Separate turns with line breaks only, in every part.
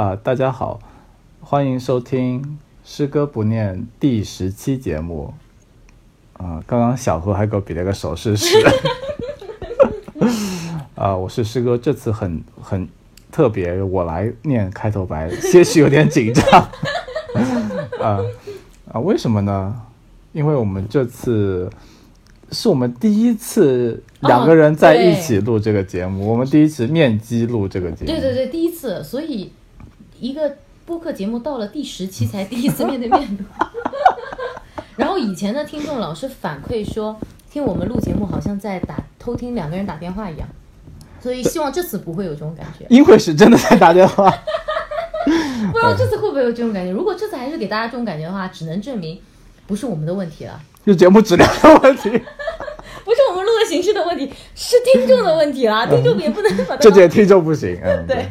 啊、大家好，欢迎收听《诗歌不念》第十期节目。啊、刚刚小何还给我比了个手势是。 啊、我是师哥，这次很很特别，我来念开头白，些许有点紧张。 啊啊、为什么呢？因为我们这次是我们第一次两个人在一起录这个节目，我们第一次面基录这个节目。
对对对，第一次，所以一个播客节目到了第十期才第一次面对面录。 然后以前的听众老是反馈说，听我们录节目好像在打偷听两个人打电话一样，所以希望这次不会有这种感觉。
因为是真的在打电话。
不知道这次会不会有这种感觉？如果这次还是给大家这种感觉的话，只能证明不是我们的问题了，
就节目质量的问题，
不是我们录的形式的问题，是听众的问题 啦。听众也不能 把它
这届听就不行。嗯，
对，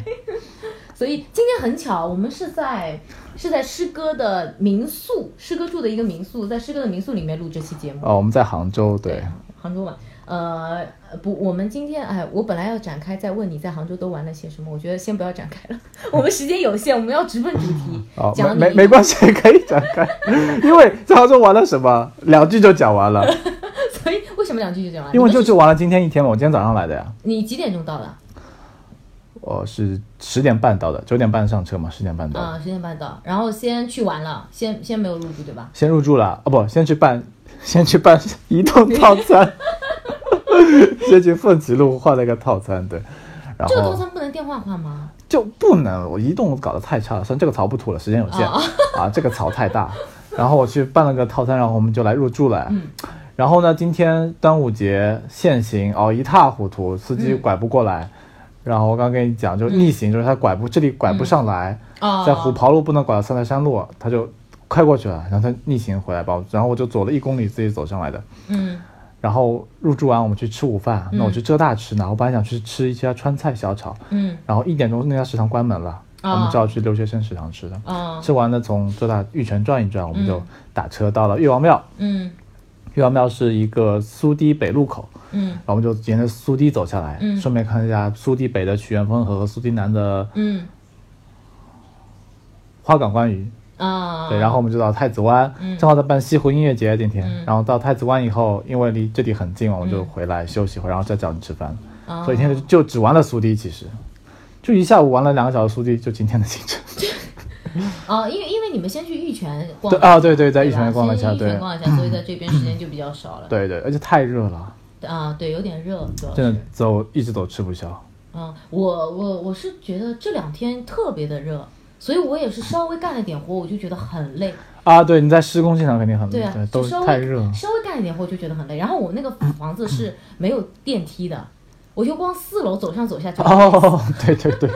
所以今天很巧，我们是在是在师哥的民宿，师哥住的一个民宿，在师哥的民宿里面录这期节目。
哦，我们在杭州，对，
杭州嘛，呃，不，我们今天哎，我本来要展开再问你在杭州都玩了些什么，我觉得先不要展开了， 我们时间有限，我们要直奔主题，
哦，
讲
没没
你
没关系，可以展开，因为在杭州玩了什么，两句就讲 完了，
所以为什么两句就讲完？
因为
你
就
们
只玩了今天一天嘛，我今天早上来的呀，
你几点钟到的？
我是十点半到的，九点半上车嘛，十点半到的，
啊、十点半到，然后先去玩了，先先没有入住对吧？
先入住了，哦不，先去办， 先去办移动套 餐，先去凤岐路换了一个套餐，对，然
这个套
后
餐不能电话换吗？
就不能，我移动搞得太差了，算这个槽不吐了，时间有限、
哦
啊，这个槽太大。然后我去办了个套餐，然后我们就来入住了。
嗯
然后呢，今天端午节限行哦一塌糊涂，司机拐不过来。然后我刚跟你讲，就是逆行，就是他拐不这里拐不上来，
哦，
在虎跑路不能拐到三台山路，他就开过去了，然后他逆行回来吧。然后我就走了一公里自己走上来的。
嗯
然后入住完我们去吃午饭，那我
嗯
去浙大吃呢，我本来想去吃一家川菜小炒，
嗯
然后一点钟那家食堂关门了，
啊
我们就要去留学生食堂吃的。
啊
吃完了从浙大玉泉转一转，我们就
嗯
打车到了岳王庙。
嗯
岳王庙是一个苏堤北路口，
嗯
然后我们就沿着苏堤走下来，
嗯
顺便看一下苏堤北的曲园风荷和苏堤南的
嗯
花港观鱼。
啊，
对，然后我们就到太子湾，
嗯
正好在办西湖音乐节那天。
嗯
然后到太子湾以后，因为离这里很近嘛，我们就回来休息一会儿，然后再找你吃饭。
啊
所以今天就只玩了苏堤，其实就一下午玩了两个小时苏堤，就今天的行程。
哦，因为因为你们先去玉泉逛
对
了，
啊，对对，在
对
玉
吧
泉逛了一下，
先去
对
玉
嗯
泉逛了一下，所以在这边时间就比较少了。
对对，而且太热了，
啊，对，有点热，主要
真
是
的。走一直走吃不消。
嗯，我我我是觉得这两天特别的热，所以我也是稍微干了点活，我就觉得很累。
啊，对，你在施工现场肯定很
对啊，
嗯都
就稍微
太热 了。
稍微干一点活就觉得很累。然后我那个房子是没有电梯的，我就光四楼走上走下就
哦，对对对，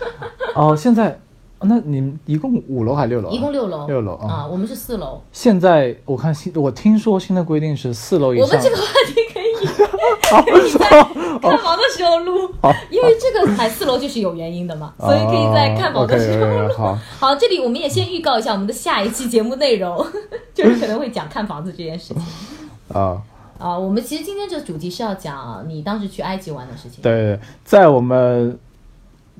哦，现在，那你们一共五楼还是六楼啊？
一共六楼，
六楼哦
啊，我们是四楼。
现在我看新，我听说新的规定是四楼以
我
上。哦
们这个话题可 以看房的时候录，因为这个哎四楼就是有原因的嘛，所以可以在看房的时候
哦，OK，OK，OK，
录。
好，
好，这里我们也先预告一下我们的下一期节目内 容，就是可能会讲看房子这件事情
啊，
啊。我们其实今天这个主题是要讲你当时去埃及玩的事情。
对对，对在我们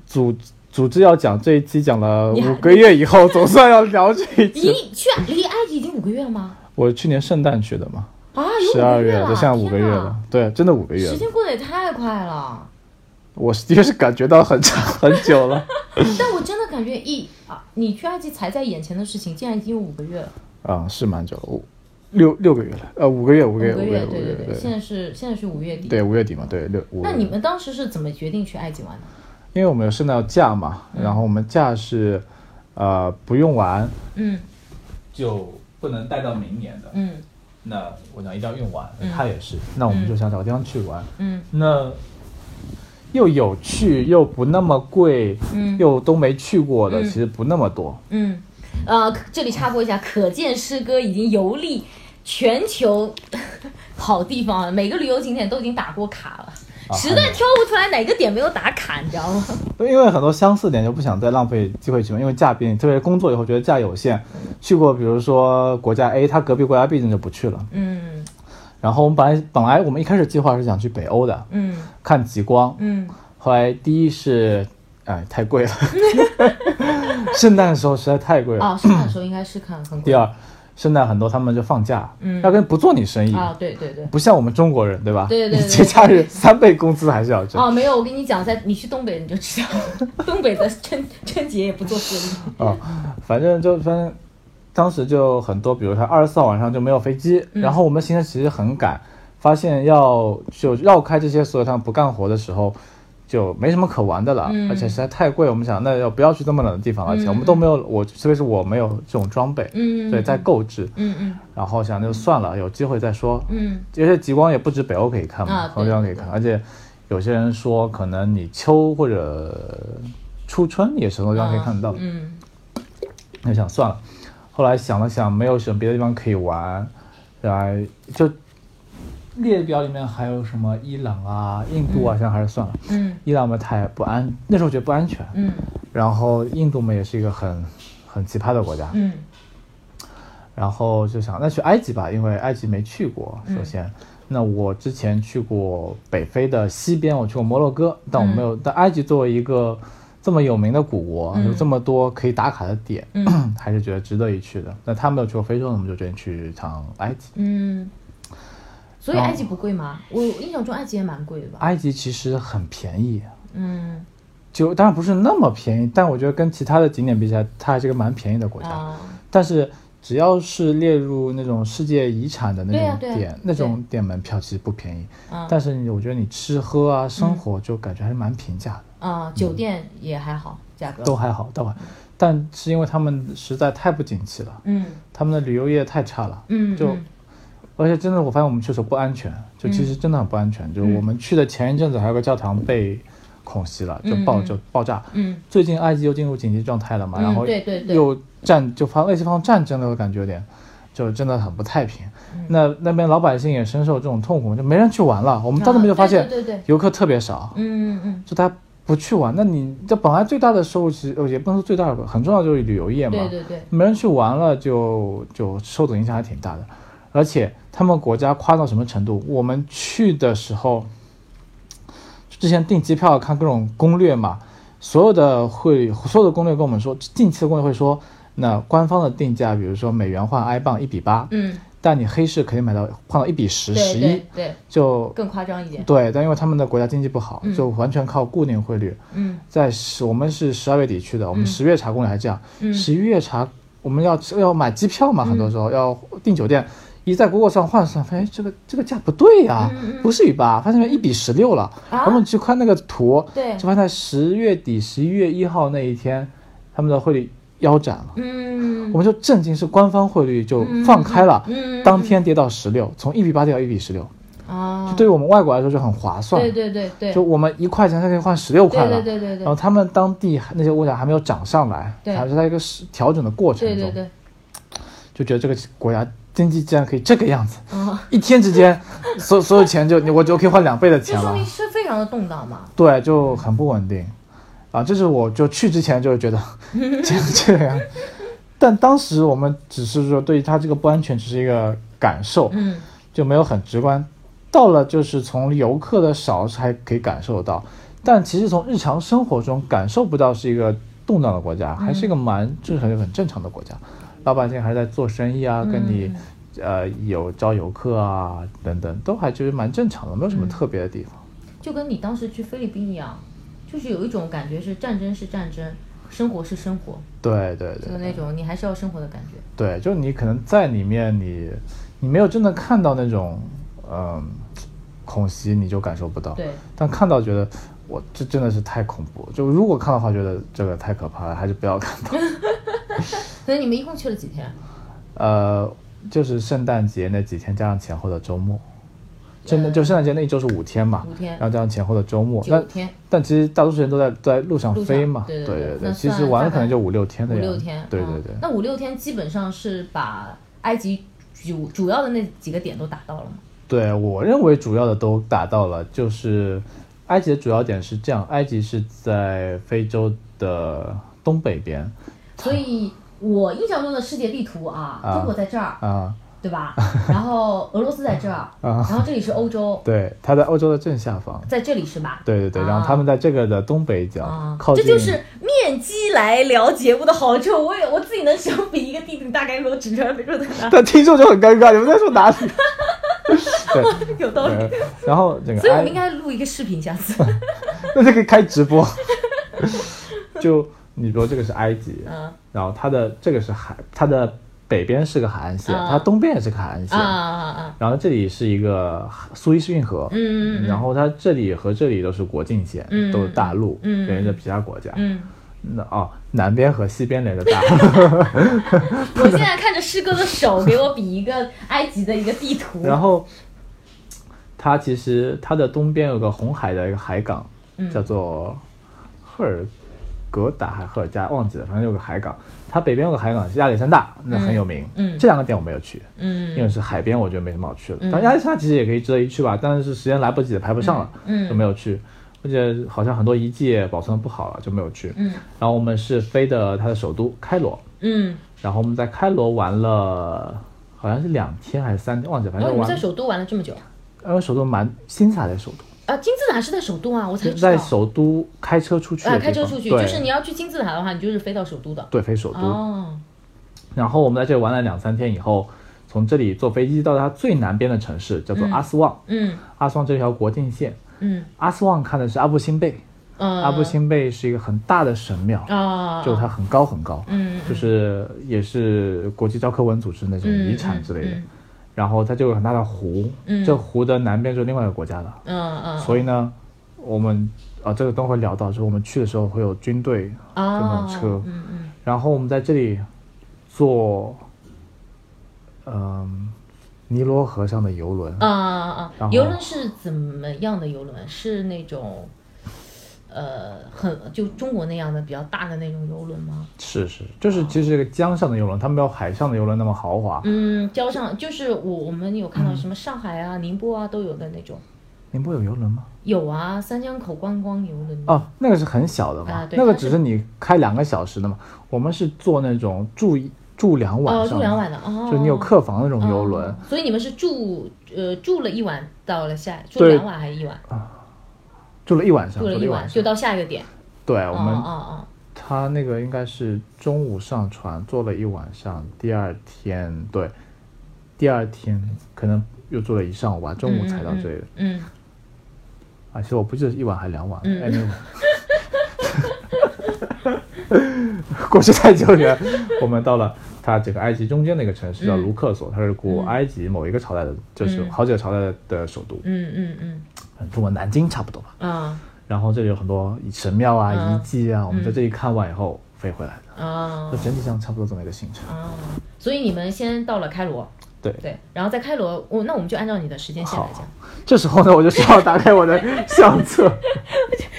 组组织要讲这一期讲了
你还
五个月以后，总算要聊这一期。
离去啊离埃及已经五个月了吗？
我去年圣诞去的嘛，
啊，有
十二
五个
月
了，
就现在五个月
天
了
哪，，
对，真的五个月
时
了。
间过得也太 快了。
我的确是感觉到很 长很久了。
但我真的感觉一啊，你去埃及才在眼前的事情，竟然已经有五个月了，
啊、是蛮久了，五六六个月了，呃，五个月，五
五
个月，
个
五个月，五
月，
个
对
月，
对，现在是现在是五月底。
对，五月底嘛，对，六五。
那你，们当时是怎么决定去埃及玩的？
因为我们有圣诞要假嘛，然后我们假是，呃，不用完
嗯
就不能带到明年的，
嗯
那我想一定要用完
嗯，
他也是，那我们就想找个地方去玩，
嗯
那又有趣又不那么贵，
嗯
又都没去过的，
嗯
其实不那么多，
嗯，呃，这里插播一下，可见师哥已经游历全球 好地方了，每个旅游景点都已经打过卡了，
啊
实在挑不出来哪个点没有打卡，你知道吗？
因为很多相似点就不想再浪费机会去嘛，因为假比特别工作以后觉得假有限，去过比如说国家 A，他隔壁国家 B 那就不去了。
嗯
然后我们本来本来我们一开始计划是想去北欧的，
嗯
看极光，
嗯
后来第一是啊、哎，太贵了。 圣诞的时候实在太贵了。
啊，圣诞的时候应该是看很
第二，圣诞很多他们就放假，
嗯
压根不做你生意，
啊，对对对。
不像我们中国人，对吧？
对对对
你节假日三倍工资还是要挣啊、
哦，没有，我跟你讲，在你去东北你就知道了， 东北的春春节也不做生意。
反正就反正当时就很多，比如他二十四号晚上就没有飞机，
嗯
然后我们行程其实很赶，发现要就绕开这些所有他们不干活的时候。就没什么可玩的了，
嗯
而且实在太贵。我们想，那要不要去这么冷的地方？而且
嗯
我们都没有，我特别是我没有这种装备，
嗯，
对，在购置。
嗯嗯
然后想就算了，有机会再说。
嗯
因为极光也不止北欧可以看嘛，
啊
很多地方可以看。而且有些人说，可能你秋或者初春也是很多地方可以看得到。
嗯
那想算了，后来想了想，没有什么别的地方可以玩，然后就列表里面还有什么伊朗啊、印度啊，想想还是算了。
嗯
伊朗嘛太不安，那时候觉得不安全。
嗯
然后印度嘛也是一个很很奇葩的国家，
嗯
然后就想那去埃及吧，因为埃及没去过。
嗯
首先，那我之前去过北非的西边，我去过摩洛哥，但我没有。但埃及作为一个这么有名的古国，
嗯
有这么多可以打卡的点，
嗯
还是觉得值得一去的。那他没有去过非洲，那我们就决定去一趟埃及。
嗯。所以埃及不贵吗？我我印象中埃及也蛮贵的吧？
埃及其实很便宜，
嗯
就当然不是那么便宜，但我觉得跟其他的景点比起来，它还是个蛮便宜的国家。
啊，
但是只要是列入那种世界遗产的那
对啊
种
对啊
点，那种店门票其实不便宜。
啊
但是你我觉得你吃喝啊、生活就感觉还是蛮平价的，
啊，酒店也还好，价格
都还好，都还。但是因为他们实在太不景气了，
嗯
他们的旅游业太差了，
嗯
就
嗯
而且真的我发现我们去的时候不安全，就其实真的很不安全。
嗯
就是我们去的前一阵子还有个教堂被恐袭了，就爆
嗯嗯
就爆炸。
嗯
最近埃及又进入紧急状态了嘛，
嗯
然后
对对对
又战就发类似发生战争的，我感觉有点，就真的很不太平。
嗯
那那边老百姓也深受这种痛苦，就没人去玩了。我们到那边就发
啊
现
对对对对
游客特别少，
嗯嗯
就大家不去玩。那你这本来最大的收入，其实呃也不能说最大的，很重要就是旅游业
嗯，
嘛，
对对对，
没人去玩了就，就受的影响还挺大的。而且他们国家夸到什么程度？我们去的时候，之前订机票看各种攻略嘛，所有的会所有的攻略跟我们说，近期的攻略会说，那官方的定价，比如说美元换埃镑一比八，
嗯
但你黑市肯定买到换到一比十、
对
十一
对，对，
就
更夸张一点，
对。但因为他们的国家经济不好，
嗯
就完全靠固定汇率。
嗯
在十，我们是十二月底去的，我们
嗯
十月查攻略还这样，
嗯
十一月查我们要要买机票嘛，
嗯
很多时候要订酒店，一在 Google 上换算，发现哎这个这个价不对呀、
嗯嗯
不是一八，发现一比十六了。
啊
我们去看那个图，
对
就发现在十月底十一月一号那一天，他们的汇率腰斩了，
嗯
我们就震惊，是官方汇率就放开了，
嗯嗯
当天跌到十六，从一比八跌到一比十六，
啊
就，对于我们外国来说就很划算。
对对对对，
就我们一块钱，它可以换十六块了。
对对对对
然
对
后他们当地那些物价还没有涨上来，
对
还是在一个是调整的过程
对
中，
对对，
就觉得这个国家经济竟然可以这个样子，
啊，
一天之 间，所所有钱就你我就可以换两倍的
这
钱
说
了
明。是非常的动荡嘛。
对，就很不稳定，啊，这是我就去之前就觉得 这这样，但当时我们只是说对于它这个不安全只是一个感受，
嗯
就没有很直观。到了就是从游客的少才可以感受到，但其实从日常生活中感受不到是一个动荡的国家，还是一个蛮正常、很正常的国家。老百姓还在做生意啊，跟你、呃有招游客啊等等，都还就是蛮正常的，没有什么特别的地方。
就跟你当时去菲律宾一样，就是有一种感觉是战争是战争，生活是生活，
对对
就
对
那种你还是要生活的感觉。
对，就你可能在里面你你没有真的看到那种嗯、恐袭，你就感受不到。
对，
但看到觉得我这真的是太恐怖，就如果看到的话，觉得这个太可怕了，还是不要看到。
所以你们一共去了几天？
哦呃，就是圣诞节那几天加上前后的周末，真的
嗯
就圣诞节那一周是五天嘛，
五天
然后加上前后的周末，
九
但
天，
但其实大多数人都在在路上
路
飞
上
嘛，
对
对
对对那
其实
算
玩
大
可能
概
就五六天
五
的样子，
六天。
对对
嗯
对，
那五六天基本上是把埃及主主要的那几个点都打到了嘛？
对我认为主要的都达到了，就是埃及的主要点是这样，埃及是在非洲的东北边
所以我印象中的世界地图啊，
啊
中国在这儿，
啊。
对吧？然后俄罗斯在这儿，然后这里是欧洲，
对，它在欧洲的正下方。
在这里是吧？
对对对，
啊
然后他们在这个的东北角，
啊，
靠
这
近
就是面基来聊节目的好处。我也我自己能手比一个地图，大概给我指出来，没准在哪，
但听众就很尴尬，你们在说哪里？ 对，
有道理。
对然后整个
所以我
埃
们应该录一个视频，下 次。
哎那就可以开直播。 就你比如这个是埃及，
嗯
然后它的这个是海，它的北边是个海岸线，
啊
它东边也是个海岸
啊
线，
啊啊！
然后这里是一个苏伊士运河，
嗯嗯嗯
然后它这里和这里都是国境线，
嗯
都是大陆，
嗯嗯
连着其他国家。
嗯，
那哦，南边和西边连着大陆，
我现在看着师哥的手给我比一个埃及的一个地图。
然后它其实它的东边有个红海的一个海港，
嗯
叫做赫尔格达还是赫尔加，忘记了，反正有个海港。它北边有个海港是亚历山大，那很有名。
嗯嗯
这两个点我没有去，
嗯
因为是海边，我觉得没什么好去的。
嗯
但亚历山大其实也可以值得一去吧，但是时间来不及了，排不上了，
嗯嗯
就没有去。而且好像很多遗迹也保存得不好了，就没有去。
嗯
然后我们是飞的它的首都开罗，
嗯，
然后我们在开罗玩了，好像是两天还是三天，忘记了，反正
然后哦你们
玩。
在首都玩了这么久
因为呃首都蛮新才在首都，
啊？金字塔是在首都啊，我才知道。
在首都开车出去的
啊，
地方，
开车出去，
对
就是你要去金字塔的话，你就是飞到首都的。
对飞首都。
哦，
然后我们在这里玩了两三天以后，从这里坐飞机到它最南边的城市，叫做阿斯旺。
嗯
阿斯旺这条国境线，
嗯
阿斯旺看的是阿布辛贝，
嗯，
阿布辛贝是一个很大的神庙，
啊，
就它很高很高，
嗯，嗯
就是也是国际教科文组织那种遗产之类的。
嗯嗯嗯
然后它就有很大的湖，
嗯
这湖的南边就是另外一个国家了。
嗯嗯，
所以呢，我们啊，这个等会聊到，就是我们去的时候会有军队，
啊，
种车
嗯嗯
然后我们在这里坐，嗯、尼罗河上的游轮，
啊啊啊
然！后
游轮是怎么样的游轮？是那种，呃，很就中国那样的比较大的那种游轮吗？
是是，就是其实这个江上的游轮，它没有海上的游轮那么豪华。
嗯，交上就是我我们有看到什么上海啊、宁波啊都有的那种，
宁波有游轮吗？
有啊，三江口观光游轮
哦，那个是很小的嘛，
啊对
那个
它是
只是你开两个小时的嘛。我们是坐那种住一住两晚
哦，
上，
住两晚的哦，
就你有客房那种游轮，
哦所以你们是住呃住了一晚，到了下住
对
两晚还是一晚？
住了一晚上，
啊住了
一
一
晚
就
上。
到下一个点。
对，
哦
我
哦
们
哦
他那个应该是中午上船，坐了一晚上，第二天对，第二天可能又坐了一上午吧，中午才到这里的。
嗯，
而且我不记得是一晚还是两晚，
嗯
哎，没有。
嗯
过去太久远，我们到了它整个埃及中间的一个城市叫
嗯
卢克索，它是古埃及某一个朝代的，就是
嗯
好几个朝代的首都，
嗯嗯嗯
跟我们南京差不多吧。
嗯啊
然后这里有很多神庙啊、
嗯
遗迹啊，我们在这里看完以后飞回来的。
啊
就整体上差不多这么一个行程。
啊！所以你们先到了开罗，
对，
对，然后在开罗，我那我们就按照你的时间线来
好
讲。
这时候呢，我就需要打开我的 相册。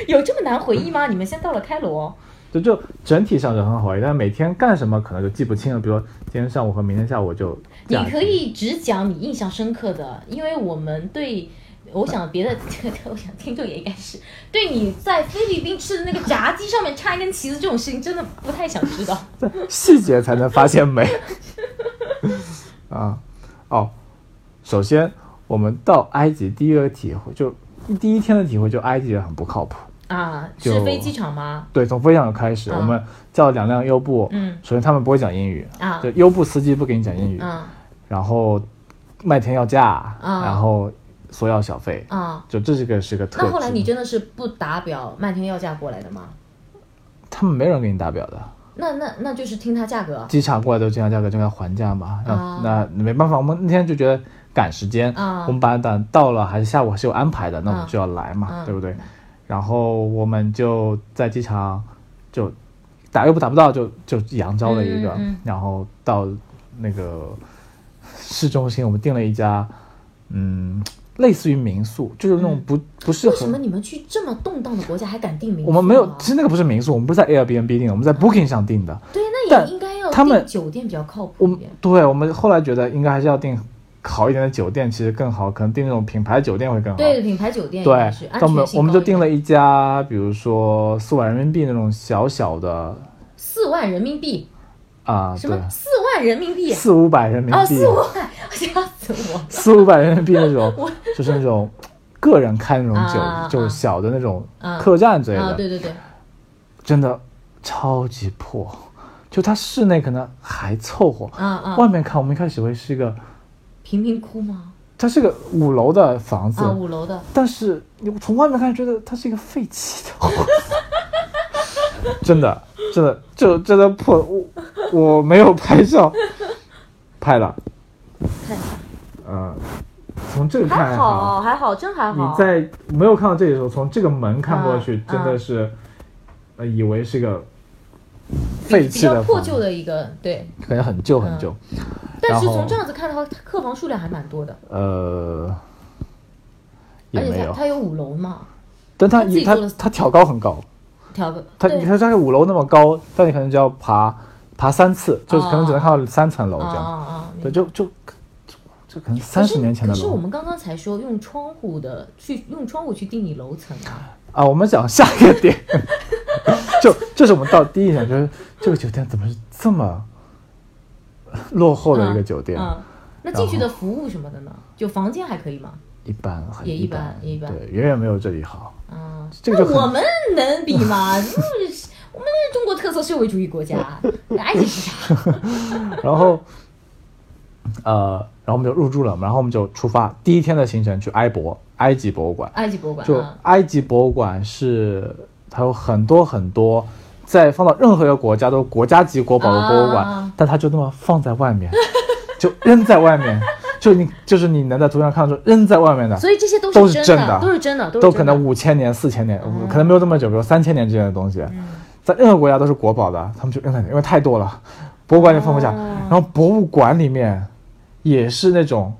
有这么难回忆吗？你们先到了开罗，
就就整体上是很好，但每天干什么可能就记不清了。比如说今天上午和明天下午就这
你
样
可以只讲你印象深刻的，因为我们对。我想别的， 我想听众也应该是对你在菲律宾吃的那个炸鸡上面插一根旗子这种事情，真的不太想知道。
细节才能发现美。 啊，哦，首先我们到埃及第一个体会就第一天的体会就埃及人很不靠谱。
啊，
就是
飞机场吗？
对，从飞机场开始，
嗯
我们叫了两辆优步。
嗯
首先他们不会讲英语，
啊
就优步司机不给你讲英语，
啊
然后麦田要价，
嗯
然后索要小费，
啊！
就这是个是个特质。
那后来你真的是不打表漫天要价过来的吗？
他们没人给你打表的，
那那那就是听他价格
机场过来都这样价格就该还价嘛。那、
啊
那没办法，我们那天就觉得赶时间，
啊
我们把等到了还是下午还是有安排的，那我
啊
们就要来嘛，
啊
对不对？然后我们就在机场就打又不打不到就，就扬招了一个，
嗯嗯
然后到那个市中心，我们订了一家，嗯，类似于民宿，就是那种不、不是
嗯为什
很
么你们去这么动荡的国家还敢订民宿啊？啊
我们没有，其实那个不是民宿，我们不是在 Airbnb 订的，我们在 Booking 上订的。
对，那
但
也应该要
他们
订酒店比较靠
我
谱一
们
点。
对我们后来觉得应该还是要订好一点的酒店，其实更好，可能订那种品牌酒店会更好。
对，品牌酒店
对
也是安
那我们
全性
我们就订
了
了一家，比如说四万人民币那种小小的
四万人民币，
啊、
什
对
么，四万人民币？
四五百人民币，
哦，四万，吓死我了！
四五百人民币那 种，就是那种个人开那种酒，
啊
就是
啊
小的那种
啊
客栈之类的，
啊，对对对，
真的超级破。就它室内可能还凑合，
啊啊
外面看我们一开始以为是一个，
贫民窟吗？
它是个五楼的房子，
啊，五楼的，
但是你从外面看觉得它是一个废弃的 真的，真的，就真的破，我我没有拍照，拍了，
看
嗯，从这个看
还好还好，真还
你
好。
在没有看到这里的时候，从这个门看过去，
啊
真的是，呃，以为是个废
嗯比
弃的
较破
房
旧
子，
的一个对，
感觉很旧很旧，
但是
然后
从这样子看的话，它客房数量还蛮多的，
呃，也
嗯而且
没
它
有，
它有五楼嘛，
但它
他自己
它
做的
它挑高很高，
调个
它
对
你看它是五楼那么高，但你可能就要爬爬三次，就是可能只能看到三层楼
啊
这
啊
样，
啊！
对，就就这可能三十年前的
可是可是我
楼
们刚刚才说用窗户的去用窗户去定义楼层啊，
啊。我们讲下一个点， 就这是我们到第一印象，就是这个酒店怎么是这么落后的一个酒店。
嗯嗯那进去的服务什么的呢？就房间还可以吗？
一般，很
也一
般
般，也一般
对，远远没有这里好。
啊，
这个就很
那我们能比吗？就是我们中国特色社会主义国家，爱情 是啥？
然后，呃，然后我们就入住了，然后我们就出发，第一天的行程去埃博，埃及博物馆。
埃及博物馆
就
啊，
埃及博物馆是它有很多很多，在放到任何一个国家都是国家级国宝的博物馆，
啊
但它就那么放在外面， 就扔在外面，就你就是你能在图上看到说扔在外面的，
所以这些都
都是真
真
的
都是真的，都是
都
真
可
的
能五千年、四千年，
哦
可能没有这么久，比如三千年之间的东西，
嗯
在任何国家都是国宝的，他们就扔在那里，因为太多了，博物馆也放不下。
哦
然后博物馆里面也是那种，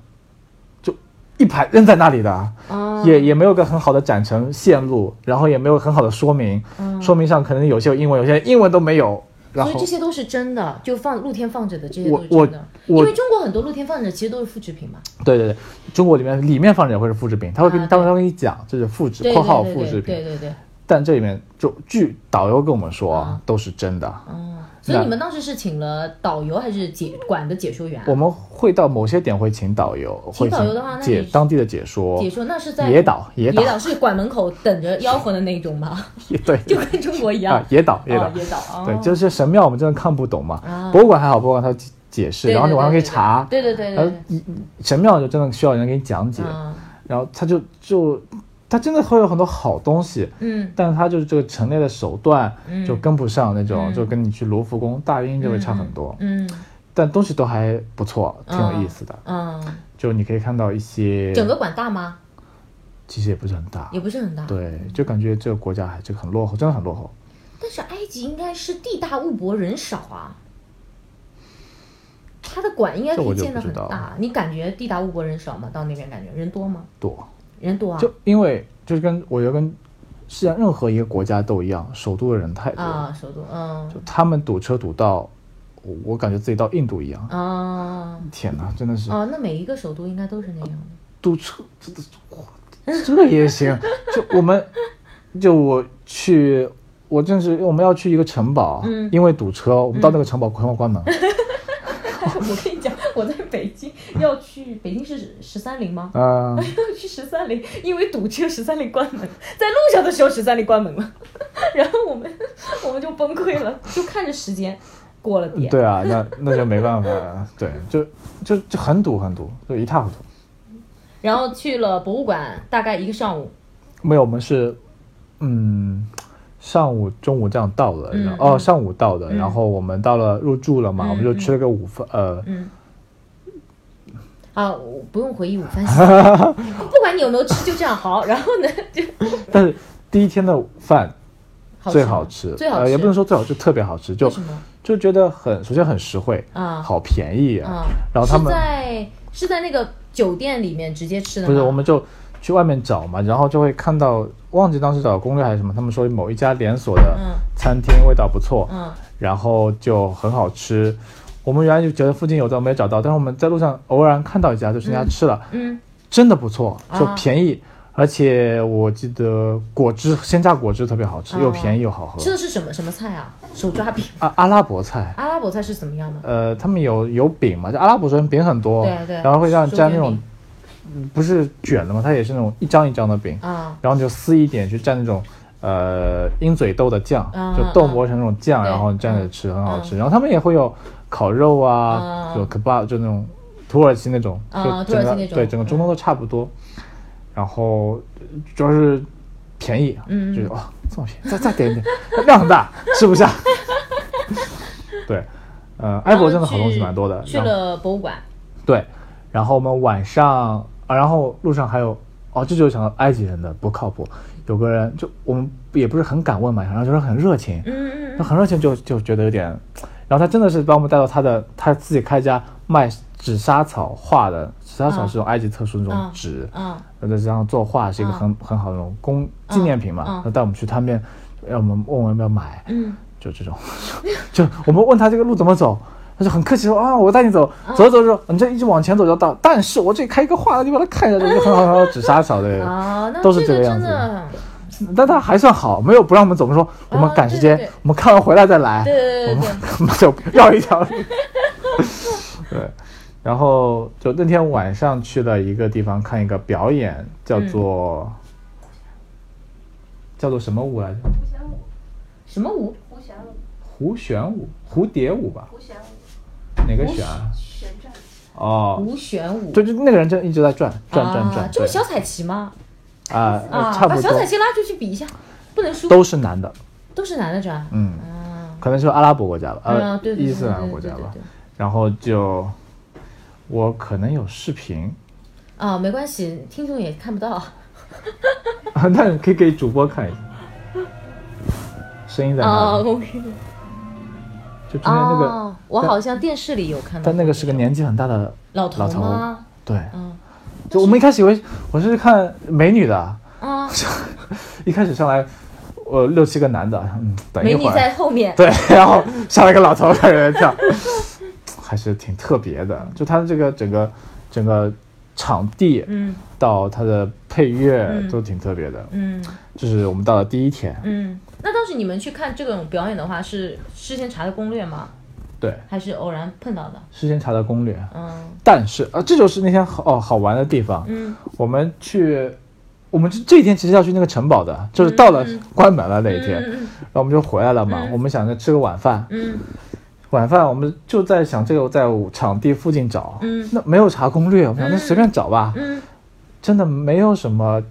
就一排扔在那里的，
啊，
也也没有个很好的展陈线路，然后也没有很好的说明，
嗯
说明上可能有些有英文，有些英文都没有。然
所以
后
这些都是真的，就放露天放着的这些
我
都是真的，
我我
因为中国很多露天放着其实都是复制品嘛，
对对对，中国里面里面放着也会是复制品，他会跟
啊
你
对
他会跟你讲这是复制（
对
括号
对
复
对
制
对
品
对对对，），
但这里面就据导游跟我们说
啊
都是真的。
哦，所以
那
你们当时是请了导游还是解馆的解说员啊？
我们会到某些点会请导游，
请
会
导游的话那
解
你
当地的解说，
解说那是在
野岛
野
野岛
是馆门口等着吆喝的那种吗？
对
就跟中国一样，
啊野岛野岛
哦、野岛，哦、
对，就是神庙我们真的看不懂嘛。
啊
博物馆还好，博物馆它解解释，
对
然后你
对
网上可以
对对
查。呃
对对对
然后
对
一神庙就真的需要人给你讲解
对，，啊
然后它就就它真的会有很多好东西，
嗯
但是它就是这个陈列的手段
嗯
就跟不上那种，
嗯
就跟你去卢浮宫、大英就会差很多。
嗯
但东西都还不错，挺有意思的。
嗯，
就你可以看到一些，
整个馆大吗？
其实也不是很大
也，不是很大，。
对，就感觉这个国家还这个很落后，真的很落后。
但是埃及应该是地大物博，人少啊。它的馆应该可以建得很
这我就不知道
大，你感觉地大物博人少吗？到那边感觉人多吗？
多，
人多啊，
就因为就是跟我觉得跟世界上任何一个国家都一样，首都的人太多了，
啊，首都，嗯
就他们堵车堵到我我感觉自己到印度一样。
啊
天哪，真的是
哦，那每一个首都应该都是那样的
堵车，这这哇这也行？就我们就我去。我正是我们要去一个城堡，啊
嗯
因为堵车，我们到那个城堡快要关门。
我跟你讲，我在北京要去北京是十三陵吗？
嗯、
要去十三陵，因为堵车，十三陵关门。 在路上的时候，十三陵关门了， 然后我们 我们就崩溃了，就看着时间过了点。
对啊，那那就没办法了，对，就就就很堵很堵，就一塌糊涂。
然后去了博物馆，大概一个上午。
没有，我们是，嗯，上午、中午这样到的，
嗯
然后哦，上午到的，
嗯
然后我们到了入住了嘛，
嗯
我们就吃了个午饭，呃，
嗯。啊，我不用回忆午饭， 不管你有没有吃，就这样好。 然后呢，就
但是第一天的饭
好
最
吗
好吃，
最好吃，
呃，也不能说最好吃，特别好吃，就
为什么
就觉得很，首先很实惠，
啊
好便宜
啊。
然后他
是
们
在是在那个酒店里面直接吃的吗，
不是，我们就去外面找嘛，然后就会看到，忘记当时找攻略还是什么，他们说某一家连锁的
嗯
餐厅味道不错，
嗯
然后就很好吃。我们原来就觉得附近有的没找到，但是我们在路上偶然看到一家，就去那家吃了，
嗯
真的不错，就
啊
便宜，而且我记得果汁鲜榨果汁特别好
啊
吃，又便宜又好喝。
吃的是什么什么菜啊？手抓饼。
啊，阿拉伯菜，
阿拉伯菜是怎么样的？
呃，他们有有饼嘛，就阿拉伯人饼很多，
对对
然后会让
手
沾那
卷
种
饼，
嗯不是卷的嘛，它也是那种一张一张的饼，
啊，
然后你就撕一点去蘸那种呃鹰嘴豆的酱，
啊
就豆磨成那种酱，
嗯对嗯
然后蘸着吃、很好吃。然后他们也会有烤肉啊，
啊
有 kebab 就那种土耳其那种，
啊
就整
土
个
耳其那种嗯
对整个中东都差不多。然后呃主要是便宜，
嗯
就是哇、这么便宜，再再点一 点，量很大，吃不下。 对，呃，埃博真的好东西蛮多的。
去
然后
了博物馆，
对，然后我们晚上啊，然后路上还有哦，这就想到埃及人的不靠谱，有个人就我们也不是很敢问嘛，然后就是很热情，
嗯嗯
他
嗯，
很热情就就觉得有点，然后他真的是把我们带到他的他自己开一家卖纸莎草画的，纸莎草
啊
是种埃及特殊那种
啊
纸，
啊
然后再加上作画是一个
啊
很、很好的那种工纪念品嘛，
啊啊
他带我们去他那边，让我们问我们要不要买，
嗯，
就这种， 就我们问他这个路怎么走，他就很客气说啊，我带你走，
嗯
走着走着，你这一直往前走就到，但是我这里开一个画的地方，来看一下，这就很好，很好，
嗯
指沙草 的。
哦，那
都是这
这
个
个
样
真
子
的，
但他还算好，没有不让我们走。我们说我们赶时间，
啊对对对
我们看完回来再来，
对对对对
我们就绕一条路。 对，然后就那天晚上去了一个地方看一个表演，叫做、
嗯
叫做什么舞来着？
胡旋舞，
什么舞？
胡旋舞，
胡旋舞、蝴蝶舞吧？
胡旋舞，
哪个旋啊？
旋转，
哦，
无旋舞，
就就那个人就一直在转转转
啊
转，
这不
对
小彩旗吗？
啊
啊，
差
把
不
小
多
彩旗拉出去比一下，不能输，
都是男的，
都是男的转，
嗯
啊，
可能是阿拉伯国家吧，
啊
呃，
对对对
伊斯
对
兰
对
国家
对对
吧
对。
然后就我可能有视频，
啊，没关系，听众也看不到，
啊，但可以给主播看一下，声音在
啊
哪里？
，OK，
就中间那个
哦，，我
但
好像电视里有看到，
但那个是个年纪很大的
老头
头，
吗？
对，
嗯
就我们一开始以为我是看美女的，
啊，
一开始上来呃六七个男的，嗯，等一
美
会
女
儿，
在后面，
对，然后上来一个老头儿开始跳，还是挺特别的。就他的这个整个整个场地
嗯
到他的配乐
嗯
都挺特别的。
嗯
这是我们到了第一天，
嗯。那当时你们去看这种表演的话，是事先查的攻略吗？
对，
还是偶然碰到的？
事先查的攻略。
嗯
但是啊、呃这就是那天好哦好玩的地方。
嗯
我们去，我们这这一天其实要去那个城堡的，就是到了
嗯嗯
关门了那一天，
嗯
然后我们就回来了嘛。
嗯
我们想着吃个晚饭，
嗯
晚饭我们就在想这个在场地附近找，
嗯
那没有查攻略，我们想那
嗯
随便找吧。
嗯
真的没有什么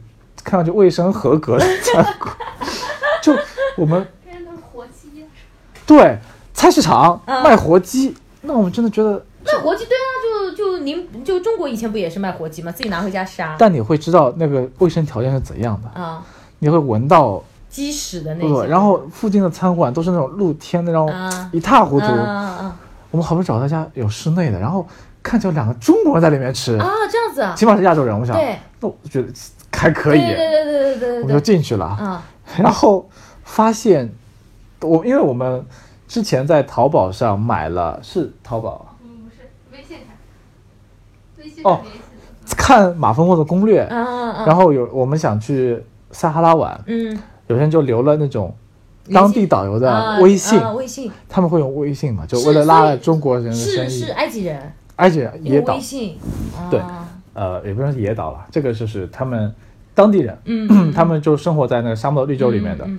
看上去卫生合格 的餐馆，就我们
这些都是活鸡，
对菜市场
嗯
卖活鸡，那我们真的觉得，
那活鸡对啊，就就您就中国以前不也是卖活鸡吗？自己拿回家杀
但你会知道那个卫生条件是怎样的，
啊，
你会闻到
鸡屎的那
不
些。
然后附近的餐馆都是那种露天的，然后
啊
一塌糊涂。
啊
我们好不容易找到一家有室内的，然后看见有两个中国人在里面吃，
啊啊！这样子啊，
起码是亚洲人，我想，
对
那我觉得还可以，
对对对对
我
对
们
对
就
对。
进去了。
啊
然后发现我因为我们之前在淘宝上买了是淘宝
嗯，不是微信上，微信
哦
上联系的，
看马蜂窝的攻略，
啊啊！
然
后
后有我们想去撒哈拉玩，
嗯，
有些人就留了那种
联系
当地导游的
啊
微信，
啊微信
他们会用微信嘛，就是为了拉
所以
了中国人的生
是
意
是，埃及人
而且野
用
岛
微信啊
对呃也不能是野岛了，这个就是他们当地人，
嗯 嗯
他们就生活在那个沙漠绿洲里面的，
嗯嗯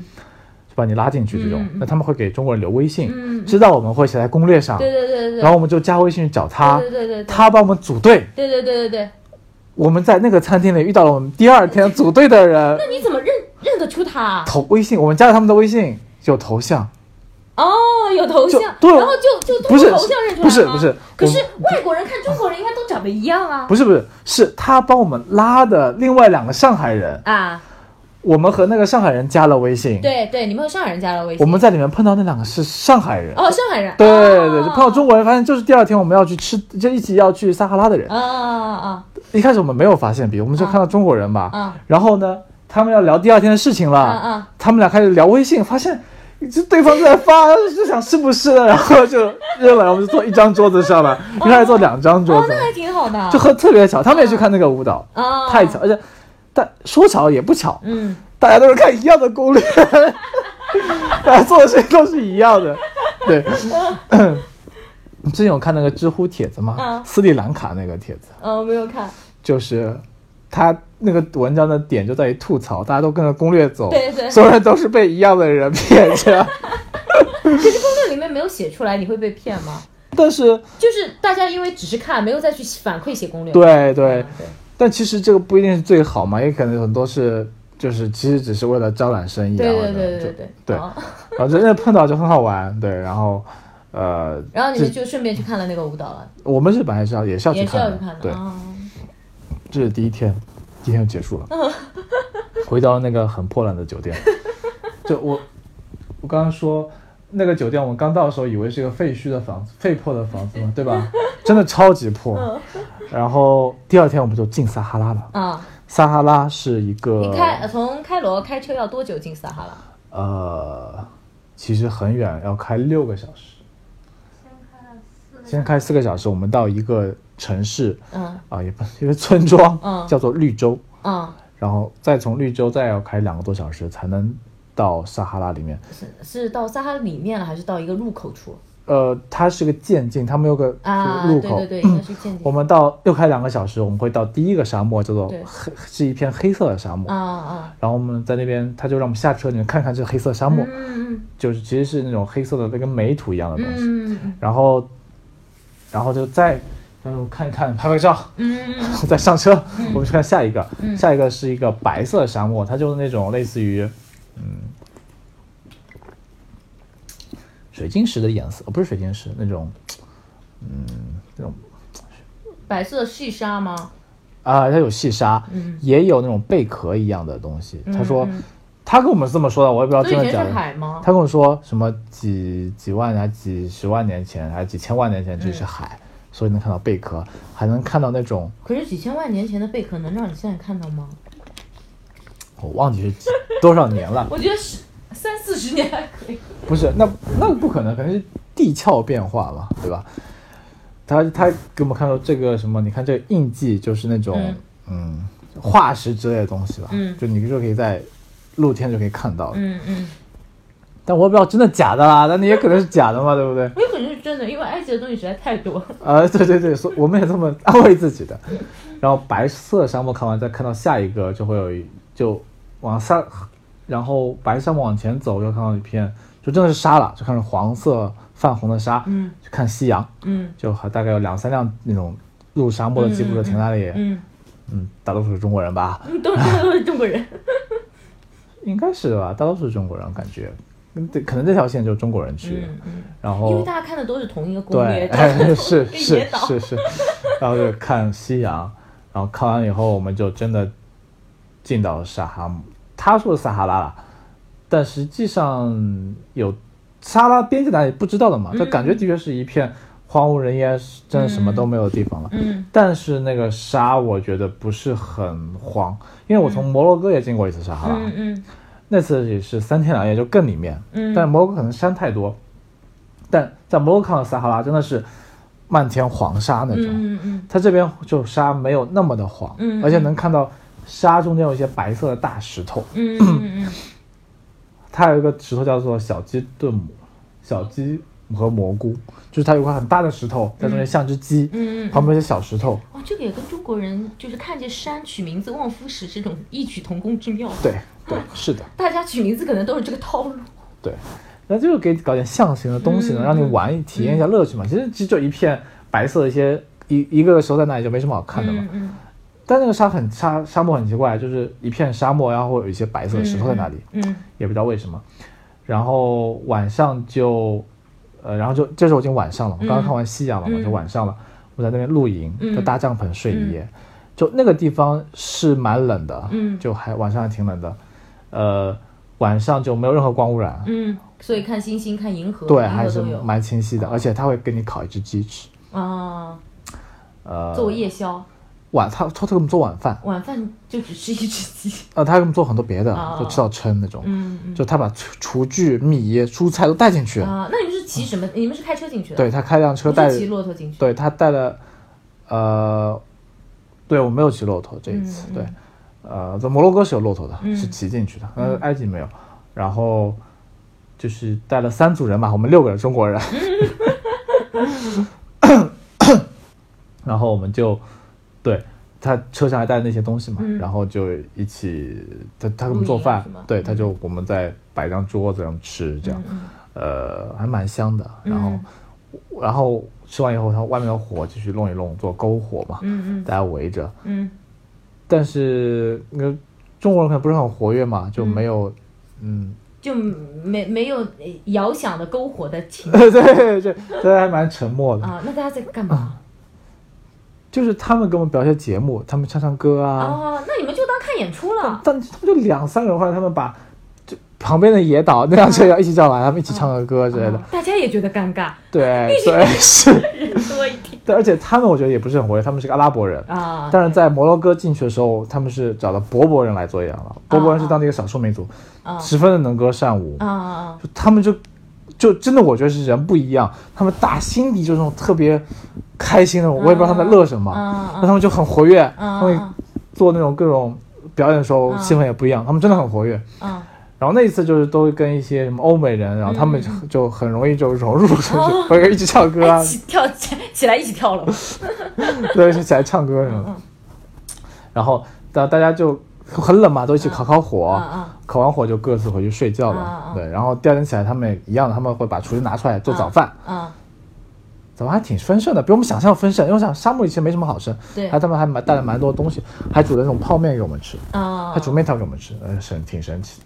就把你拉进去这种，
嗯嗯嗯
那他们会给中国人留微信，
嗯嗯
知道我们会写在攻略上，
对对对对对。
然后我们就加微信去找他，
对对对对对
他帮我们组队。
对对对对对，
我们在那个餐厅里遇到了我们第二天组队的人，
那你怎么认认得出他啊？
头微信，我们加了他们的微信，有头像，
哦，有头像
就，对啊
然后就就通
不是
过头像认出来
不是
吗
不是
可是
我
外国人看中国人应该都长得一样啊。
不是不是，是他帮我们拉的另外两个上海人，
啊，
我们和那个上海人加了微信，
对对，你们有上海人加了微信，
我们在里面碰到那两个是上海人，
哦，上海人，
对
哦
对，就碰到中国人，发现就是第二天我们要去吃，就一起要去撒哈拉的人，
啊啊啊
一开始我们没有发现比，我们就看到中国人嘛，
啊
然后呢，他们要聊第二天的事情了，
啊啊
他们俩开始聊微信，发现这对方在发，就想是不是，然后就扔了，然后我们就坐一张桌子上了，一开始坐两张
啊，
桌
哦，
子，
那还挺好的，
就很特别巧，他们也去看那个舞蹈，
啊，
太巧，而且但说巧也不巧，
嗯，
大家都是看一样的攻略， 大家做的事情都是一样的。对， 之前我看那个知乎帖子嘛
嗯，
斯里兰卡那个帖子，
哦，没有看，
就是他那个文章的点就在于吐槽，大家都跟着攻略走，
对对
所有人都是被一样的人骗 着。
其实攻略里面没有写出来，你会被骗吗？
但是，
就是大家因为只是看，没有再去反馈写攻略。嗯
对
对
对，但其实这个不一定是最好嘛，也可能很多是就是其实只是为了招揽生意啊，
对
或者
对对
就
对对哦
对
好
然后真正碰到就很好玩，对，然后呃，
然后你们
这
就顺便去看了那个舞蹈了，
我们是本来是要也是要去
也是
看
要
的，
去看
对
的，啊。
这是第一天，第一天就结 束了，回到那个很破烂的酒店，就我我刚刚说。那个酒店，我们刚到的时候以为是一个废墟的房子，废破的房 子嘛，对吧？真的超级破。
嗯
然后第二天我们就进撒哈拉了。
啊，
撒哈拉是一个
你开从开罗开车要多久进撒哈拉？
呃，其实很远，要开六个小时。
先看四个
先开四个小时，我们到一个城市
嗯
啊、也不一个村庄，
嗯
叫做绿洲，
嗯，
然后再从绿洲再要开两个多小时才能到撒哈拉里面。
是是到撒哈拉里面了，还是到一个入口处
呃，它是个渐进，它们有个
啊？
入
对
口。
对 对，应该是渐
我
进。
们到又开两个小时，我们会到第一个沙漠，叫做
对
黑，是一片黑色的沙漠。
啊啊，
然后我们在那边，他就让我们下车，你们看看这黑色沙漠，
嗯
就是其实是那种黑色的，跟煤土一样的东西。
嗯嗯
然后，然后就再然后看一看拍拍照，
嗯嗯，
再上车，我们去看下一个。
嗯
下一个是一个白色沙漠，它就是那种类似于，嗯，水晶石的颜色，哦、不是水晶石，那种，嗯，那种
白色的细沙吗？
啊、它有细沙，
嗯
也有那种贝壳一样的东西。他说，
嗯嗯
他跟我们这么说的，我也不知道
所以
啊真
以
的
前
假
是
的。
海吗？
他跟我说什么几几万啊、几十万年前，还是几千万年前，这是海，
嗯
所以能看到贝壳，还能看到那种
可是几千万年前的贝壳能让你现在看到吗？
我忘记是几多少年了，
我觉得是三四十年还可以。
不是那那不可能，肯定是地壳变化嘛，对吧？他他给我们看到这个什么，你看这个印记就是那种嗯化石之类的东西吧，
嗯
就你就可以在露天就可以看到，
嗯嗯，
但我也不知道真的假的啦，但你也可能是假的嘛，对不对？
我有可能是真的，因为埃及的东西实在太多了。
呃，对对对，所以我们也这么安慰自己的。然后白色沙漠看完，再看到下一个就会有一就往下，然后白沙漠往前走，就看到一片就真的是沙了，就看到黄色泛红的沙，
嗯
就看夕阳，
嗯
就好大概有两三辆那种入沙漠的吉普车停在那里，嗯
嗯，
大多数是中国人吧，
都是都是中国人。
应该是吧，大多数是中国人感觉，嗯对，可能这条线就是中国人去，
嗯嗯，
然
因为
后
大家看的都是同一个攻
对
略，大家，都
是
被
是
野导
是是，然后就看夕阳，然后看完以后，我们就真的进到撒哈姆，他说撒哈拉了，但实际上有撒哈拉边界哪里不知道的嘛，
嗯
就感觉的确是一片荒无人烟，真的什么都没有的地方了。
嗯
但是那个沙，我觉得不是很荒，因为我从摩洛哥也进过一次撒哈拉，
嗯嗯
那次也是三天两夜，就更里面。
嗯
但摩洛哥可能山太多，但在摩洛哥看到撒哈拉真的是漫天黄沙那种。
嗯嗯
它这边就沙没有那么的黄，
嗯嗯
而且能看到沙中间有一些白色的大石头。
嗯嗯嗯，
它有一个石头叫做小鸡炖母，小鸡和蘑菇，就是它有块很大的石头在中间像只鸡，
嗯嗯嗯
旁边有些小石头。
哇，这个也跟中国人就是看见山取名字望夫石这种异曲同工之妙。
对对，是的。
大家取名字可能都是这个套路。
对，那就是给搞点象形的东西呢，
嗯
让你玩一体验一下乐趣嘛。其实其实就一片白色的一些一一个手在那里就没什么好看的嘛。
嗯嗯
但那个沙很沙沙漠很奇怪，就是一片沙漠，然后有一些白色的石头在那里，
嗯
也不知道为什么。然后晚上就，呃，然后就这时候已经晚上了，我刚刚看完夕阳了嘛，
嗯
就晚上了。我在那边露营，
嗯
就搭帐篷睡一夜。就那个地方是蛮冷的，
嗯
就还晚上还挺冷的，呃，晚上就没有任何光污染，
嗯，所以看星星、看银河，
对，
银
还
河
是
都有
蛮清晰的，而且他会给你烤一只鸡吃。
啊。
呃，
做夜宵，
晚他他给我们做晚饭，
晚饭就只吃一只鸡。
呃，他给我们做很多别的，
哦
就吃到撑那种。
嗯嗯。
就他把厨厨具、米、蔬菜都带进去，
啊，那你们是骑什么？你们是开车进去的？
对，他开辆车
不
带，
是骑骆驼进去。
对他带了，呃，对我没有骑骆驼这一次，
嗯嗯
对，呃，在摩洛哥是有骆驼的，
嗯
是骑进去的，呃，埃及没有。然后就是带了三组人吧，我们六个中国人， 然后我们就对他车上还带那些东西嘛，
嗯
然后就一起他他给我
露
们做
营
饭
是吗，嗯
对，他就我们在摆张桌子上吃这样，呃，还蛮香的。
嗯
然后、然后吃完以后，他外面的火继续弄一弄，做篝火嘛，
嗯嗯
大家围着，
嗯
但是那个中国人可能不是很活跃嘛，就没有，嗯，
就没没有遥想的篝火的情
对对对，大家还蛮沉默的。
啊，那大家在干嘛？
就是他们给我们表演节目，他们唱唱歌啊，
哦，那你们就当看演出了。
但他们就两三个人，后来他们把就旁边的野岛那辆
嗯
车要一起叫来，他们一起唱个歌之类的
哦。大家也觉得尴尬，
对，所以是，
人多一点
对而且他们我觉得也不是很活跃，他们是个阿拉伯人。
啊。
但是在摩洛哥进去的时候，他们是找了柏柏人来做养老，柏柏人是当地一个少数民族，
啊
十分的能歌善舞。
啊啊！
就他们就就真的我觉得是人不一样，他们打心底就是那种特别开心的，我也不知道他们在乐什么，
嗯嗯
但他们就很活跃，
嗯
他们做那种各种表演的时候
嗯
气氛也不一样，他们真的很活跃。
啊
然后那一次就是都跟一些什么欧美人，然
嗯
后他们就就很容易就融入，
哦
就是会一起唱歌啊
哎，，起跳起起来一起跳了。
对，一起来唱歌什么的
嗯。
然后大大家就很冷嘛，都一起烤烤火，
嗯嗯
烤完火就各自回去睡觉了。
嗯嗯
对，然后第二天起来他们也一样的，他们会把厨具拿出来做早饭。
啊，
早饭还挺丰盛的，比我们想象丰盛。因为我想沙漠里其实没什么好吃，
对嗯
还他们还蛮带了蛮多东西，还煮了那种泡面给我们吃，
啊，
还煮面条给我们吃，呃，神挺神奇的。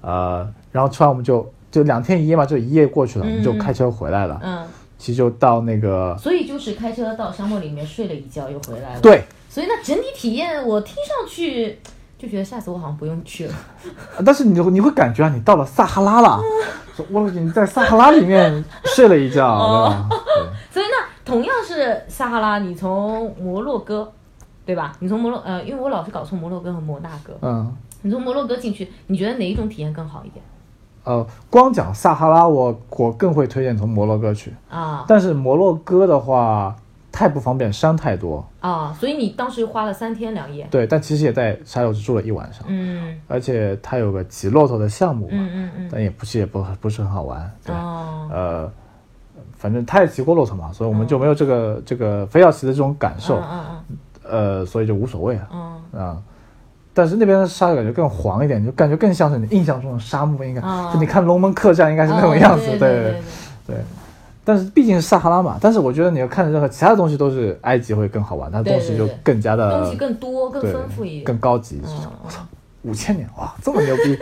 呃，然后吃完我们就就两天一夜嘛，就一夜过去了，我们就
嗯
开车回来了。
嗯，
其实就到那个
所以就是开车到沙漠里面睡了一觉又回来了。，
对，
所以那整体体验我听上去就觉得下次我好像不用去了。
但是你就你会感觉啊，你到了撒哈拉
嗯
了，说我你在撒哈拉里面睡了一觉，对
哦
吧？对
所以那同样是撒哈拉，你从摩洛哥，对吧？你从摩洛呃，因为我老是搞错摩洛哥和摩纳哥。
嗯。
你从摩洛哥进去，你觉得哪一种体验更好一点
呃，光讲撒哈拉我，我更会推荐从摩洛哥去。
啊
但是摩洛哥的话太不方便，山太多。
啊？所以你当时花了三天两夜。
对，但其实也在沙丘只住了一晚上，
嗯
而且它有个骑骆驼的项目嘛，
嗯嗯
但也不是也不不是很好玩。对，
嗯。哦。
呃，反正他也骑过骆驼嘛，所以我们就没有这个、这个非要骑的这种感受，
嗯嗯
呃，所以就无所谓啊
嗯嗯。
啊、但是那边的沙感觉更黄一点，就感觉更像是你印象中的沙漠，应该、
哦
就你看《龙门客栈》应该是那种样子，
哦对
对
对对。
对，但是毕竟是撒哈拉嘛，但是我觉得你要看任何其他的东西都是埃及会更好玩，它的东西就更加的
东西更多、更
呃对
丰富一点。
更高级。
嗯嗯
五千年哇，这么牛逼！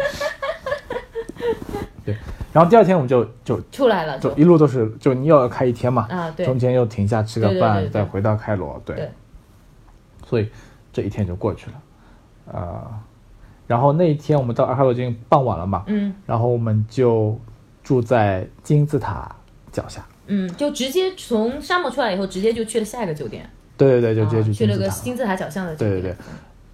对，然后第二天我们就就
出来了就
就一路都是就你又要开一天嘛，
啊，对
中间又停下吃个
对对
饭，
对对
再回到开罗，对，
对，
所以这一天就过去了，呃，然后那一天我们到阿开罗已经傍晚了嘛，
嗯
然后我们就住在金字塔脚下。
嗯，就直接从沙漠出来以后，直接就去了下一个酒店，
对对对，就直接
啊
去
去
金
了
字
个
塔。
金字塔脚下的酒
对对
店。
对，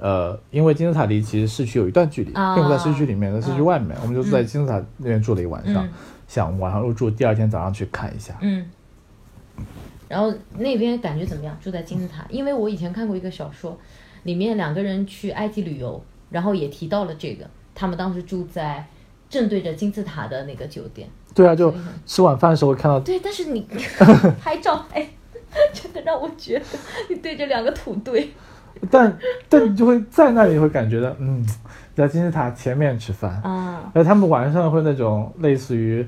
呃，因为金字塔离其实市区有一段距离，
啊
并不在市区里面，在市区外面，我们就在金字塔那边住了一晚上，
嗯
想晚上入住，第二天早上去看一下。
嗯。然后那边感觉怎么样？住在金字塔，因为我以前看过一个小说，里面两个人去埃及旅游，然后也提到了这个，他们当时住在正对着金字塔的那个酒店。
对啊，就吃晚饭的时候看到，
对，但是你 拍照，哎， 真的让我觉得你对着两个土堆。
但但你就会在那里会感觉到，嗯，在金字塔前面吃饭，
啊
而他们晚上会那种类似于。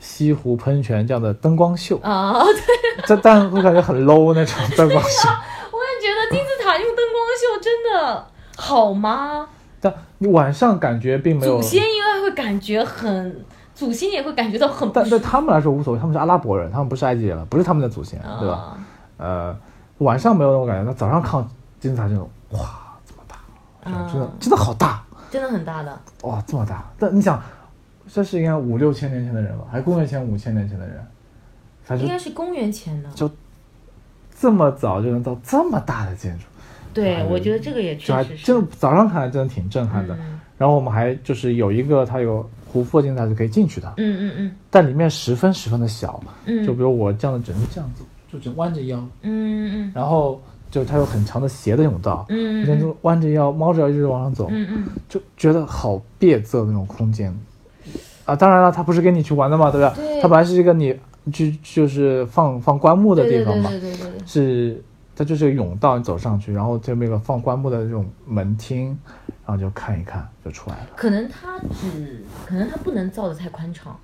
西湖喷泉这样的灯光秀，
啊！ 对，
这但会感觉很 low 那种灯光 秀。
我也觉得金字塔用灯光秀真的好吗？
但你晚上感觉并没有
祖，先应该会感觉很，祖先也会感觉到很不
但对
舒服，
他们来说无所谓，他们是阿拉伯人，他们不是埃及人了，不是他们的祖先，对吧？
啊？
呃，晚上没有那种感觉，那早上看金字塔这种，哇，这么大，
啊
真的真的好大，
真的很大的，
哇，这么大。但你想，这是应该五六千年前的人吧？还公元前五千年前的人，反
应
正
该是公元前的。
就这么早就能造这么大的建筑，
对，
还
我觉得这个也
就还
确实是。
真的早上看来真的挺震撼的。
嗯
然后我们还就是有一个它有湖泊金字塔是可以进去的，
嗯嗯
但里面十分十分的小，
嗯，
就比如我这样的只能这样子，就只能弯着腰，
嗯嗯
然后就是它有很长的斜的甬道，
嗯
你像
嗯
就弯着腰、猫着腰一直往上走，
嗯嗯，
就觉得好别致的那种空间。啊，当然了，它不是跟你去玩的嘛，对吧？
对
它本来是一个你就就是放放棺木的
对
地
对
方
对
嘛，
对对对对，
是它就是个甬道，你走上去，然后这么一个放棺木的这种门厅，然后就看一看就出来了。
可能它只可能它不能造的太宽敞，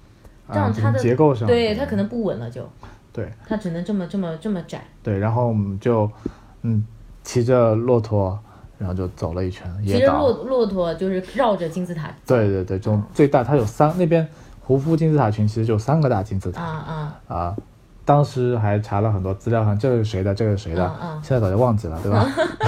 这
啊
样它的
结构上，
对它可能不稳了就，
对
它只能这么这么这么窄。
对，然后我们就嗯骑着骆驼，然后就走了一圈
其
野
实
岛。
骆骆驼就是绕着金字塔
对对对，这种最大它有三那边胡夫金字塔群其实就有三个大金字
啊
塔
啊，
啊。当时还查了很多资料，看这个是谁的，这个是谁的，
嗯嗯
现在早就忘记了， 对吧？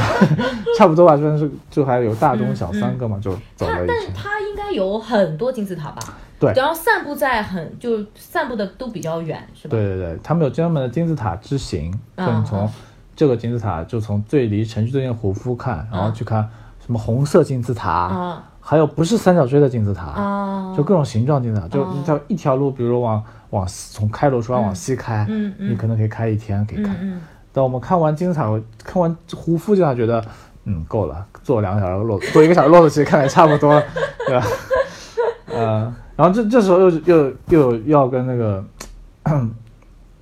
差不多吧，就是就还有大中小
嗯嗯
三个嘛，就走
它
了一
但
圈。
它应该有很多金字塔吧？
对
然后散布在很就散布的都比较远是吧？
对对对，他们有专门的金字塔之行，就
嗯
你从
嗯
这个金字塔就从最离城区最近的胡夫看，然后
嗯
去看什么红色金字塔，
啊
还有不是三角锥的金字塔，
啊，
就各种形状金字塔，就
哦
它一条路，比如往往西从开罗出发往西开，
嗯嗯
你可能可以开一天可以
嗯
看。
嗯
但我们看完金字塔，看完胡夫金字塔，觉得嗯够了，坐两个小时的骆驼，坐一个小时骆驼其实看的也差不多了，对吧？ 呃，然后这这时候又又又要跟那个咳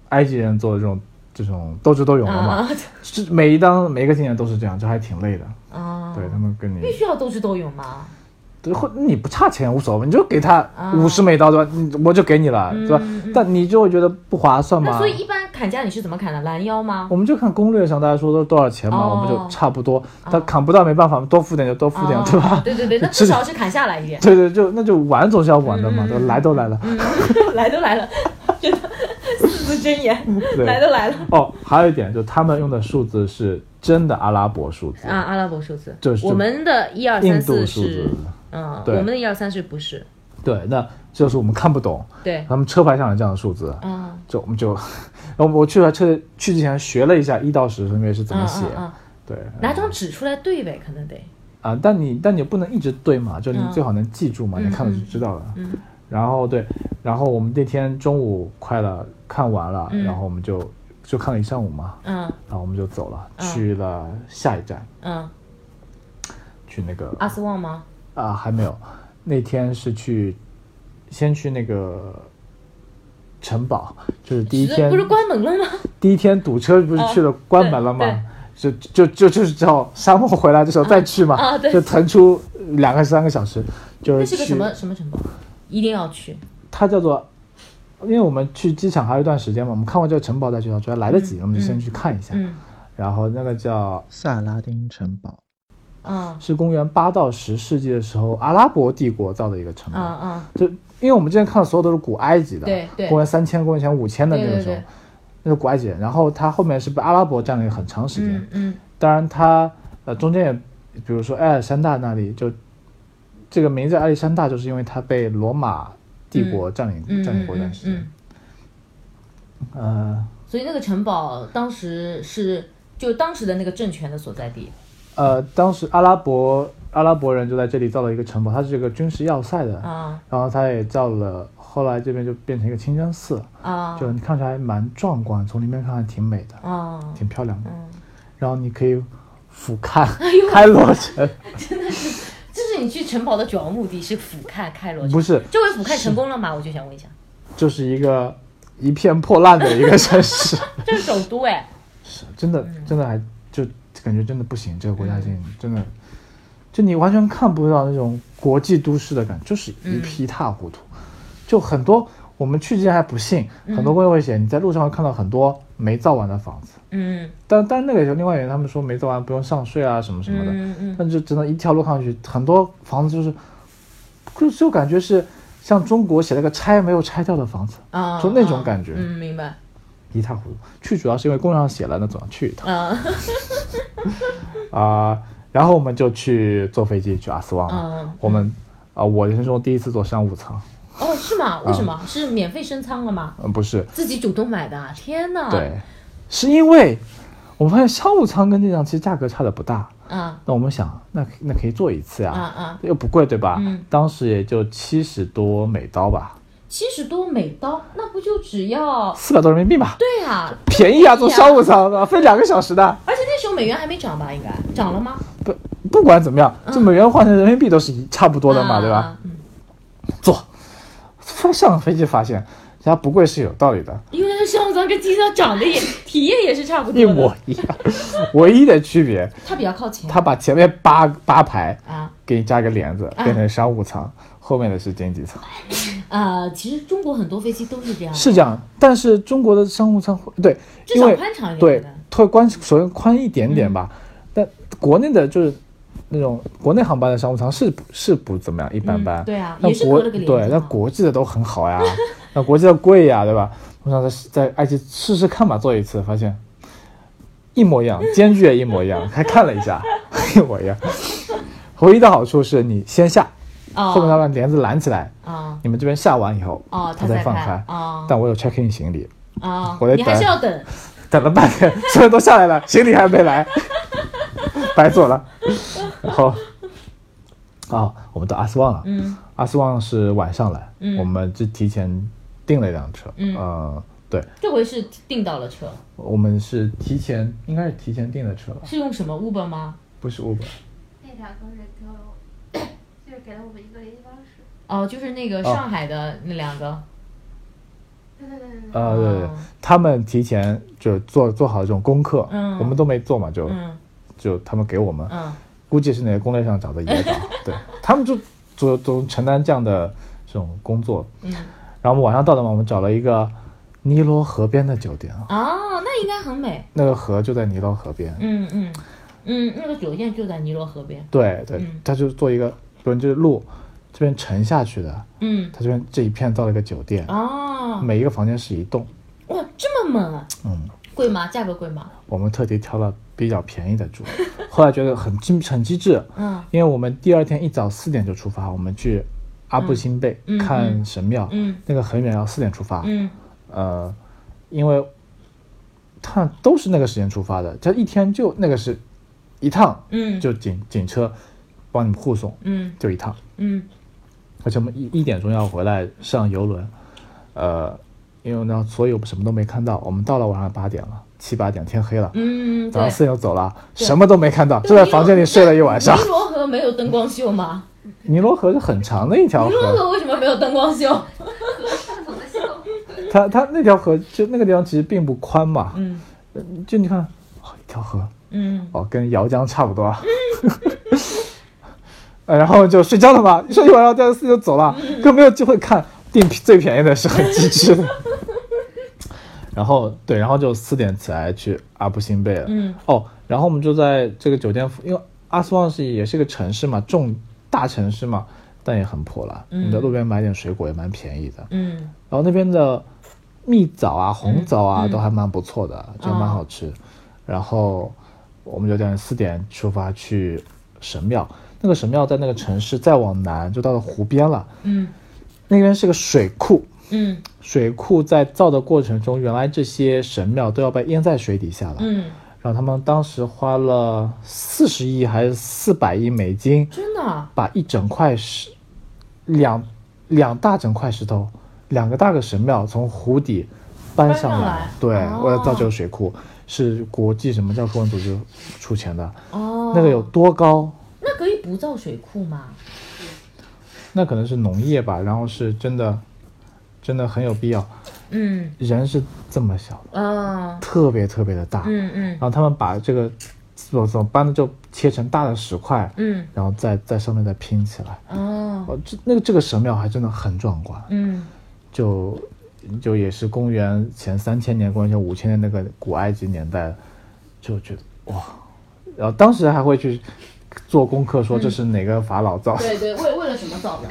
埃及人做这种这种斗智斗勇了嘛
啊，
是每一当每一个景点都是这样，这还挺累的。
啊，
对他们跟你
必须要斗智斗勇嘛。
对，或你不差钱无所谓，你就给他
啊
五十美刀对吧？你我就给你了，对吧
嗯嗯？
但你就会觉得不划算
那
嘛
所。以一般砍价你是怎么砍的？拦腰吗
我？们就看攻略上大家说都多少钱嘛，
哦
我们就差不多。他
哦
砍不到没办法，多付点就多付点，
哦
对吧？
对对对，那至少是砍下来一点。
对对，就那就玩总是要玩的嘛，
嗯嗯
都来都来了。
嗯，来都来了， 真的四字真言，
对
来都来了。
哦，还有一点，就他们用的数字是真的阿拉伯数字，
啊，阿拉伯数字，
嗯就是
我们的一二
印
三
度
四
数字
是。，嗯，
对
我们的一二三是不是？
对，那这就是我们看不懂，
对，
他们车牌上有这样的数字，
嗯，
就我们就，然后我去了车去之前学了一下一到十分别是怎么写，
嗯嗯嗯
对，
拿张纸出来对呗，可能得。
啊，但你但你不能一直对嘛，就你
嗯
最好能记住嘛，
嗯
你看了
嗯
就知道了。
嗯
然后对，然后我们那天中午快了看完了，
嗯
然后我们就就看了一上午嘛，
嗯
然后我们就走了，
嗯
去了下一站，
嗯，
去那个
阿斯旺吗？
啊还没有，那天是去先去那个城堡，就是第一
是
天
不是关门了吗？
第一天堵车不是去了关门了吗？就就就就是叫沙漠回来的时候再去嘛，
啊对
就腾出两个三个小时，就
那
是
是
呃去
个什么什么城堡？一定要去。
它叫做，因为我们去机场还有一段时间嘛，我们看完这个城堡再去，主要来得及，我们就先去看一下。
嗯
然后那个叫萨拉丁城堡，
啊
是公元八到十世纪的时候阿拉伯帝国造的一个城
啊
堡。
啊！
就因为我们之前看的所有都是古埃及的，
对对
公元三千、公元前五千的那个时候，
对对对
那是古埃及人。然后它后面是被阿拉伯占领很长时间，
嗯嗯
当然它呃中间也，比如说亚历山大那里就，这个名字亚历山大就是因为它被罗马帝国占领、
嗯
占领过一段
嗯
时间。
嗯。
呃
所以那个城堡当时是就当时的那个政权的所在地。
呃，当时阿拉伯阿拉伯人就在这里造了一个城堡，它是一个军事要塞的，
啊
然后它也造了，后来这边就变成一个清真寺，
啊
就你看起来还蛮壮观，从里面看还挺美的，
啊！
挺漂亮的。
嗯，哎
然后你可以俯 瞰、
呦
开罗城，
这是你去城堡的主要目的是俯瞰开罗城。
不是，
这回俯瞰成功了吗？我就想问一下，
就是一个一片破烂的一个城市。
这是首都哎，
是真的，真的还就感觉真的不行，这个国家境真的，就你完全看不到那种国际都市的感觉，就是一匹一塌糊涂。就很多我们去之前还不信，很多攻略会写你在路上会看到很多没造完的房子，
嗯
但但那个也是另外原因，他们说没造完不用上税啊什么什么的，
嗯嗯
但就真的一条路看上去，很多房子就是就就感觉是像中国写了个拆没有拆掉的房子，
啊，
就那种感觉
嗯，明白。
一塌糊涂。去主要是因为公上写了，那总要去一趟。
啊
啊、然后我们就去坐飞机去阿斯旺了。
嗯
我们啊、我人生中第一次坐商务舱，
哦，是
啊
吗？为什么？是免费升舱了吗？
嗯，不是，
自己主动买的啊，天哪！
对，是因为我们发现商务舱跟这辆其实价格差的不大。
啊
那我们想，那那可以坐一次呀、
啊啊，
又不贵，对吧？
嗯
当时也就七十多美刀吧，
七十多美刀，那不就只要？
四百多人民币吧，
对啊，
便宜啊，
便
坐
宜啊
商务舱的，飞两个小时的。
而且那时候美元还没涨吧？应该涨了吗？
不不管怎么样，这
嗯
美元换成人民币都是一差不多的嘛，
啊
对吧？？
嗯
坐，上飞机发现，人家不贵是有道理的，
因为它上次跟机上涨 的也体验也是差不
一
多
模
的，
一样，唯一的区别，
它比较靠前。
他把前面八八排
啊
给你加个帘子，
啊
变成商务舱，后面的是经济舱，
啊、其实中国很多飞机都是这样的，
是这样。但是中国的商务舱会对，
至
因
少
为
宽敞一点
对
的。
会宽，首先宽一点点
嗯
吧。但国内的就是那种国内航班的商务舱是不是不怎么样，一般般。
嗯对啊
那
也是
国
隔了个帘子
对，那
嘛
国际的都很好 呀，那国际的贵呀，对吧？我想在在埃及试试看吧，坐一次发现一模一 样，间距也一模一样，还看了一下， 一模一样。唯一的好处是你先下，
啊
后面他把帘子拦起来，
啊
你们这边下完以后，
哦
他
他再
放
开
开。
哦
但我有 check in 行李，
啊
我在！
你还
等
是要等，
等了半天，所有人都下来了，行李还没来， 白做了。然后，啊，我们到阿斯旺了。
嗯
阿斯旺是晚上来，
嗯
我们就提前订了一辆车。
嗯
呃，对，
这回是订到了车，
我们是提前，应该是提前订的车吧？
是用什么 Uber 吗？
不是 Uber，
那两个人给了我，就是给了我们一个联系方式。
哦，就是那个
哦
上海的那两个，
对对对对对。
呃，对对对
哦，
他们提前就做做好这种功课，
嗯
我们都没做嘛，就、
嗯
就他们给我们，
嗯
估计是哪个攻略上找的 野导，对他们就总总承担这样的这种工作，
嗯，
然后我们晚上到的嘛，我们找了一个尼罗河边的酒店，啊
哦，那应该很美，
那个河就在尼罗河边。
嗯嗯嗯，那个酒店就在尼罗河边，
对对
嗯，
它就做一个，比如这路这边沉下去的，
嗯
它这边这一片造了一个酒店，
哦，
每一个房间是一栋。
哇，这么猛啊，
嗯，
贵吗？价格贵吗？
我们特地挑了比较便宜的住， 后来觉得很机很机智，
嗯
因为我们第二天一早四点就出发，我们去阿布辛贝
嗯嗯
看神庙，
嗯
那个很远，要四点出发。
嗯
呃，因为他都是那个时间出发的，这一天就那个是一趟，
嗯，
就警警车帮你们护送，
嗯
就一趟，
嗯
而且我们一一点钟要回来上游轮，呃，因为呢，所以我们什么都没看到，我们到了晚上八点了，七八点天黑了，
嗯，
早上
对。
四点就走了，
对
什么都没看到，啊就在房间里睡了一晚上
尼。罗河没有灯光秀吗？
尼罗河是很长的一条
尼罗
河，
河为什么没有灯光秀？
怎么笑？
它它那条河就那个地方其实并不宽嘛，
嗯
就你看，哦一条河，
嗯，
哦，跟姚江差不多。 呃然后就睡觉了嘛，睡一晚上，第二次就走了，
嗯
更没有机会看订最便宜的是很机智 的。然后对，然后就四点起来去阿布辛贝了。
嗯
哦，然后我们就在这个酒店附，因为阿斯旺是也是个城市嘛，重大城市嘛，但也很破烂。
嗯
你在路边买点水果也蛮便宜的。
嗯
然后那边的蜜枣啊、红枣啊、
嗯嗯
都还蛮不错的，就蛮好吃。然后我们就这样四点出发去神庙，那个神庙在那个城市再往南就到了湖边了，
嗯
那边是个水库。
嗯
水库在造的过程中，原来这些神庙都要被淹在水底下了。
嗯，
然后他们当时花了四十亿还是四百亿美金，
真的啊
把一整块石，两两大整块石头，两个大个神庙从湖底搬上
搬上
来
来，
对，
哦
为了造这个水库，是国际什么教科文组织出钱的，
哦，
那个有多高？
那可以不造水库吗？
那可能是农业吧，然后是真的，真的很有必要。
嗯
人是这么小的，
啊
特别特别的大，
嗯嗯
然后他们把这个怎怎么搬的就切成大的石块，
嗯
然后再在上面再拼起来。
哦
哦，这那个这个神庙还真的很壮观，
嗯
就就也是公元前三千年、公元前五千年那个古埃及年代，就觉得哇，然后当时还会去做功课，说这是哪个法老造的，
对对，为为了什么造的？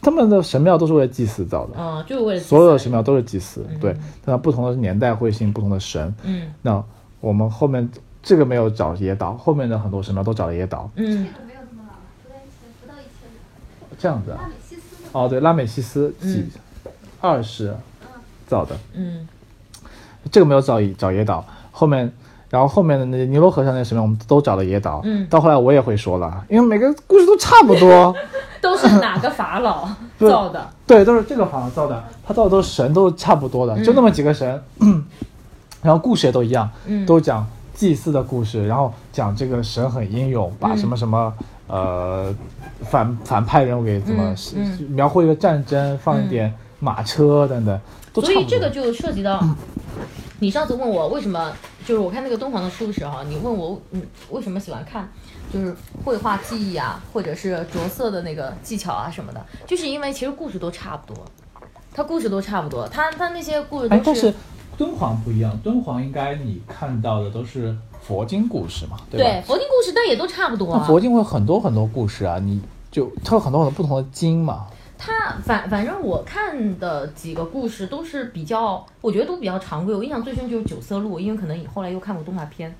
他们的神庙都是为了祭祀造的，
嗯，就是为了
所有的神庙都是祭祀，对，但不同的年代会信不同的神。
嗯
那我们后面这个没有找野岛，后面的很多神庙都找了野岛，
嗯
这个没有那么老，不到一千，不到一千五。
这样子啊
拉。美西斯的
哦，对，拉美西斯几
嗯
二世造的，
嗯
这个没有找野找野岛，后面，然后后面的那尼罗河上那什么，我们都找了野岛。
嗯
到后来我也会说了，因为每个故事都差不 多，
都是哪个法老造的？
对，都是这个好像造的，他造的
嗯
都是神，都是差不多的，就那么几个神，然后故事也都一样，
嗯
都讲祭祀的故事，然后讲这个神很英勇，把
嗯
什么什么、呃反反派人物给怎么、
嗯
是
嗯
是描绘一个战争，放一点马车等等，都
所
差
以
不
这个
多。
就涉及到，你上次问我为什么，就是我看那个敦煌的书的时候，你问我嗯为什么喜欢看，就是绘画技艺啊，或者是着色的那个技巧啊什么的，就是因为其实故事都差不多，它故事都差不多，它它那些故事
哎，
都
但是敦煌不一样，敦煌应该你看到的都是佛经故事嘛，对吧？
对佛经故事，但也都差不多
那
啊。
佛经会有很多很多故事啊，你就它有很多很多不同的经嘛。
他反反正我看的几个故事都是比较，我觉得都比较常规。我印象最深就是九色鹿，因为可能你后来又看过动画片，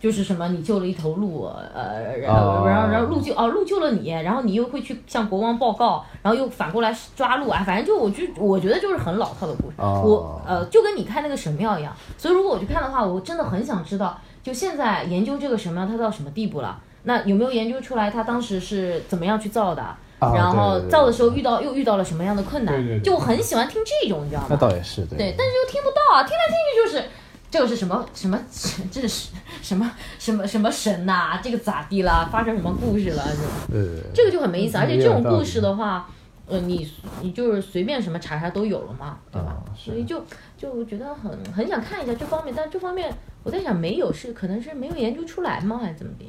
就是什么你救了一头鹿，呃，然
哦
后然后然后鹿救哦鹿救了你，然后你又会去向国王报告，然后又反过来抓鹿啊，反正就我就我觉得就是很老套的故事。
哦
我呃就跟你看那个神庙一样，所以如果我去看的话，我真的很想知道，就现在研究这个神庙它到什么地步了。那有没有研究出来它当时是怎么样去造的？
啊
然
对
后
对对
造的时候遇到又遇到了什么样的困难？
对对对
就我很喜欢听这种，你知道
那
吗？
倒也是，对
对，但是又听不到啊，听来听去就是这个是什么什么，这是什么什么什么神呐、这个咋地啦？发生什么故事了？这种
对对对
这个就很没意思。而且这
嗯
种
有道理
故事的话，呃，你你就是随便什么查查都有了嘛，对吧？
嗯是
所以就就觉得很很想看一下这方面，但这方面我在想没有是可能是没有研究出来吗，还是怎么的？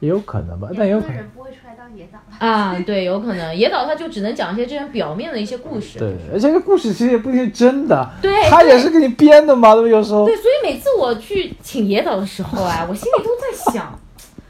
也有可能吧，但也
研
有
究
可
的
能。
人不会出来当野党吧？
啊，对，有可能野岛他就只能讲一些这种表面的一些故事。
对，而且这故事其实也不一定是真的，
对
他也是给你编的嘛，对吧？有时候
对，所以每次我去请野岛的时候 啊，我心里都在 想，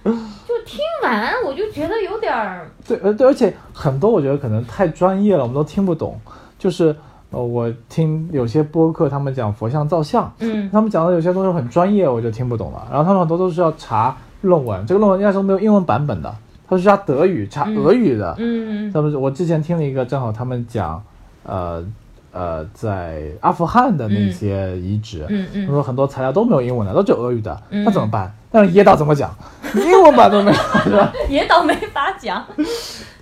就听完我就觉得有点儿，
对，呃对，而且很多我觉得可能太专业了，我们都听不懂。就是呃，我听有些播客他们讲佛像造像，
嗯
他们讲的有些东西很专业，我就听不懂了。然后他们很多都是要查论文，这个论文那时候没有英文版本的，他是查德语、查
嗯
俄语的。
嗯
他们我之前听了一个，正好他们讲，呃呃，在阿富汗的那些遗址，
嗯
他
嗯，
说很多材料都没有英文的，都只有俄语的，
嗯
那怎么办？那让野岛怎么讲？ 英文版都没有，是吧？
野岛没法 讲，
对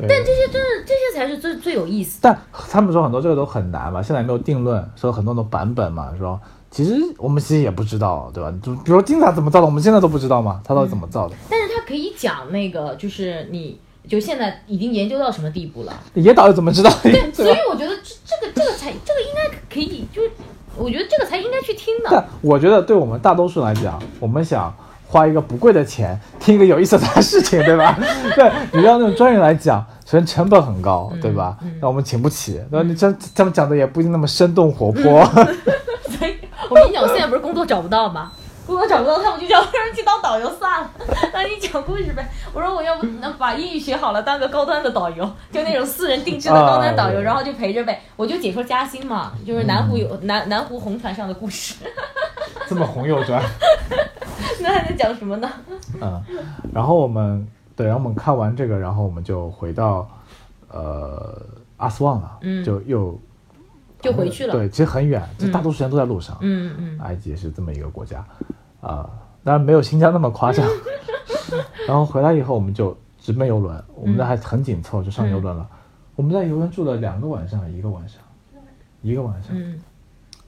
但这些真的这些才是最最有意思的。
但他们说很多这个都很难嘛，现在也没有定论，说很多种版本嘛，说其实我们其实也不知道，对吧？就比如说金字塔怎么造的，我们现在都不知道嘛，它到底怎么造的？
但是他可以讲那个，就是你就现在已经研究到什么地步了。
野岛又怎么知道？ 对
所以我觉得这这个这个才这个应该可以，就是我觉得这个才应该去听的。
但我觉得对我们大多数来讲，我们想花一个不贵的钱听一个有意思的事情，对 吧？对，你让那种专业来讲，首先成本很高，对吧？那、我们请不起，然后你这他们讲的也不一定那么生动活泼。
所以 我跟你讲，我现在不是工作找不到吗？工作找不到，他们就叫我让人去当导游算了， 那你讲故事呗。我说我要不能把英语学好了，当个高端的导游，就那种私人定制的高端导游，
哎
然后就陪着呗。我就解说嘉兴嘛，就是南湖有、
嗯
南南湖红船上的故事，
这么红又专，
那还能讲什么呢？
嗯，然后我们对，然后我们看完这个，然后我们就回到呃阿斯旺了，
嗯
就又
就回去了。
对，其实很远，就大多数时间都在路上。
嗯嗯，
埃及是这么一个国家，啊、当然没有新疆那么夸 张。然后回来以后，我们就直奔游轮，我
嗯
们那还很紧凑，就上游轮了。我们在游轮住了两个晚上，一个晚上，一个晚上，
嗯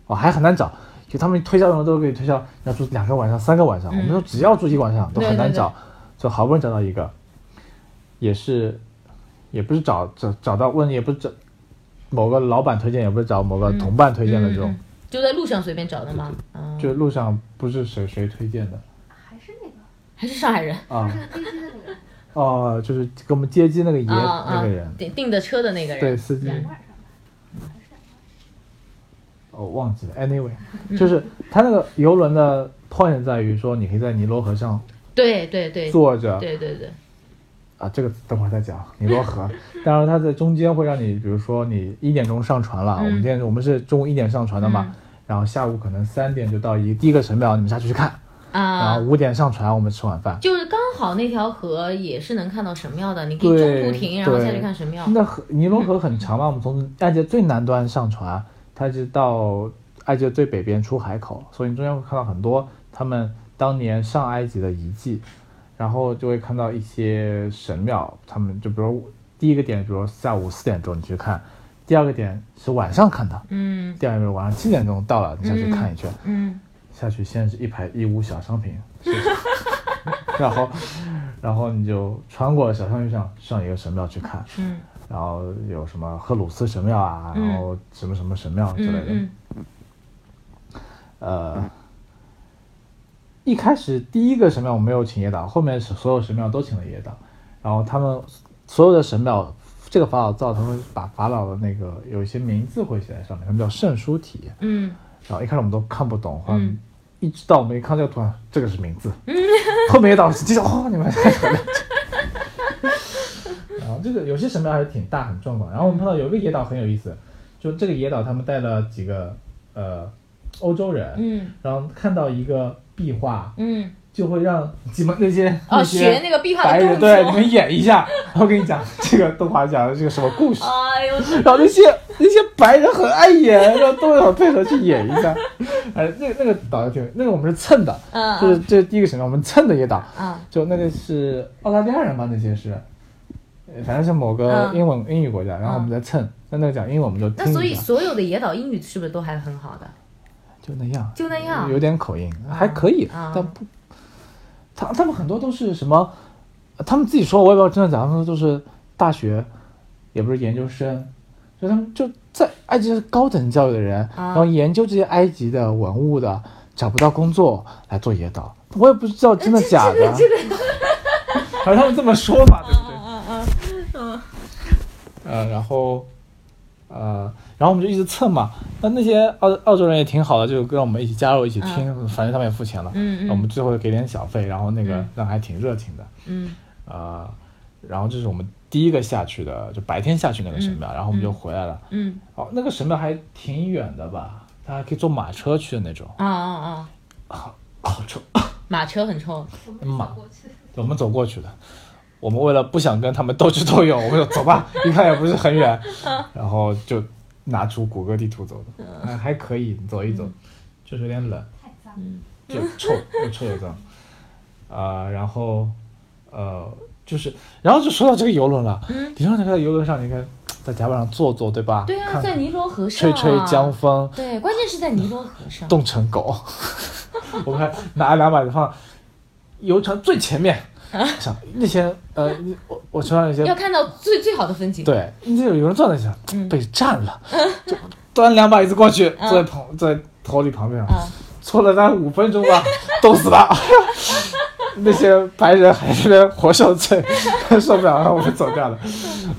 哦，还很难找。就他们推销游轮都给你推销，要住两个晚上、三个晚上，
嗯
我们说只要住一个晚上都
对
很难
对对
找，就好不容易找到一个，也是，也不是找找找到问，也不是找某个老板推荐，也不是找某个
嗯
同伴推荐的这种，
嗯嗯就在路上随便找的吗？啊，
就路上不是谁谁推荐的
还是那个，
还是上海人
啊。
是个飞机的那个，
哦、就是给我们接机那个爷、
啊啊
那个人，，
订订的车的那个人。
对，司机，
嗯
两个晚上吧，还是两个晚上。
哦，忘记了。Anyway，、就是
嗯
他那个游轮的 point 在于说，你可以在尼罗河上
对对对，
坐着
对对对，
啊，这个等会儿再讲尼罗河。当然，它在中间会让你，比如说你一点钟上船了，
嗯
我们今天我们是中午一点上船的嘛，
嗯
然后下午可能三点就到一第一个神庙，你们下去去看，然
啊
后，五点上船，我们吃晚饭。
就是刚好那条河也是能看到神庙的，你可以中
对，
途停，然后下去
对
看神庙。
那河尼罗河很长嘛，我们从埃及最南端上船，它是到埃及的最北边出海口，所以你中间会看到很多他们当年上埃及的遗迹，然后就会看到一些神庙，他们就比如第一个点，比如下午四点钟你去看，第二个点是晚上看的，
嗯
第二个晚上七点钟到了你下去看一圈，
嗯
下去先是一排义乌小商品， 是然后然后你就穿过小商品上上一个神庙去看，
嗯
然后有什么赫鲁斯神庙啊，
嗯
然后什么什么神庙之类的，
嗯
呃。一开始第一个神庙我没有请野党，后面是所有神庙都请了野党，然后他们所有的神庙，这个法老造他们把法老的那个有一些名字会写在上面，他们叫圣书体，
嗯
然后一开始我们都看不懂，后来
嗯
一直到我们一看这个图案，这个是名字， 后面一到就哦，你们在什么？ 然后这个有些神庙还是挺大很壮观。然后我们碰到有一个野岛很有意思，就这个野岛他们带了几个呃欧洲人，
嗯
然后看到一个壁画，
嗯，
就会让你们那些
哦，
那
学
些
那个壁画
白
的
人
动
对你
作。
们演一下。我跟你讲，这个动画讲的是个什么故事？
哎呦，
然后那些那些白人很爱演，然后都有配合去演一下。哎，那个那个导游挺，那个我们是蹭的，
嗯
就是这是第一个神庙，我们蹭的也打。
啊
就那个是澳大利亚人吧，那些是，呃反正是某个
嗯
英文、英语国家，然后我们在蹭。那那个讲英文我们就
那
听
所以
一下，
所有的野岛英语是不是都还很好的？
就那样，
就那样
有点口音，还可以，
啊
但不，他他们很多都是什么，他们自己说，我也不知道真的假的，他们都是大学，也不是研究生，就他们就在埃及是高等教育的人，
啊
然后研究这些埃及的文物的，找不到工作来做野导，我也不知道真的假的，
哎这个这个，
反正他们这么说嘛，对不对？
嗯嗯嗯
呃，然后，呃，然后我们就一直蹭嘛。那那些澳澳洲人也挺好的，就跟我们一起加入一起听，反正他们也付钱了。
嗯嗯
我们最后给点小费，然后那个
嗯
人还挺热情的，
嗯
呃，然后这是我们第一个下去的，就白天下去那个神庙，然后我们就回来了。
嗯
哦，那个神庙还挺远的吧？它还可以坐马车去的那种。
啊啊啊！
好臭！
马车很臭，
我们
妈
走过去，
我们走过去的。我们为了不想跟他们斗智斗勇，我们就走 吧，一看也不是很远，
嗯
然后就拿出谷歌地图走的，嗯还还可以走一
嗯
走，就是有点冷，
太脏了。
就臭又臭又脏，啊、然后呃就是，然后就说到这个游轮了，
嗯
你说那个游轮上，你看在甲板上坐坐，对吧？
对啊，
看
在尼罗河上
吹
啊，
吹江风，
对，关键是在尼罗河上，
冻成狗。 我们还拿两把放游船最前面，想那些呃，我我船上那
啊要
些
看到最最好的风景。，
对，那有有人坐在那想
嗯
被占 了，就端两把椅子过去，
嗯
坐在旁坐在头里旁边，
啊，
坐了大概五分钟 吧，冻死了。 那些白人还是在那活受罪， 受不了，然后我们走掉了。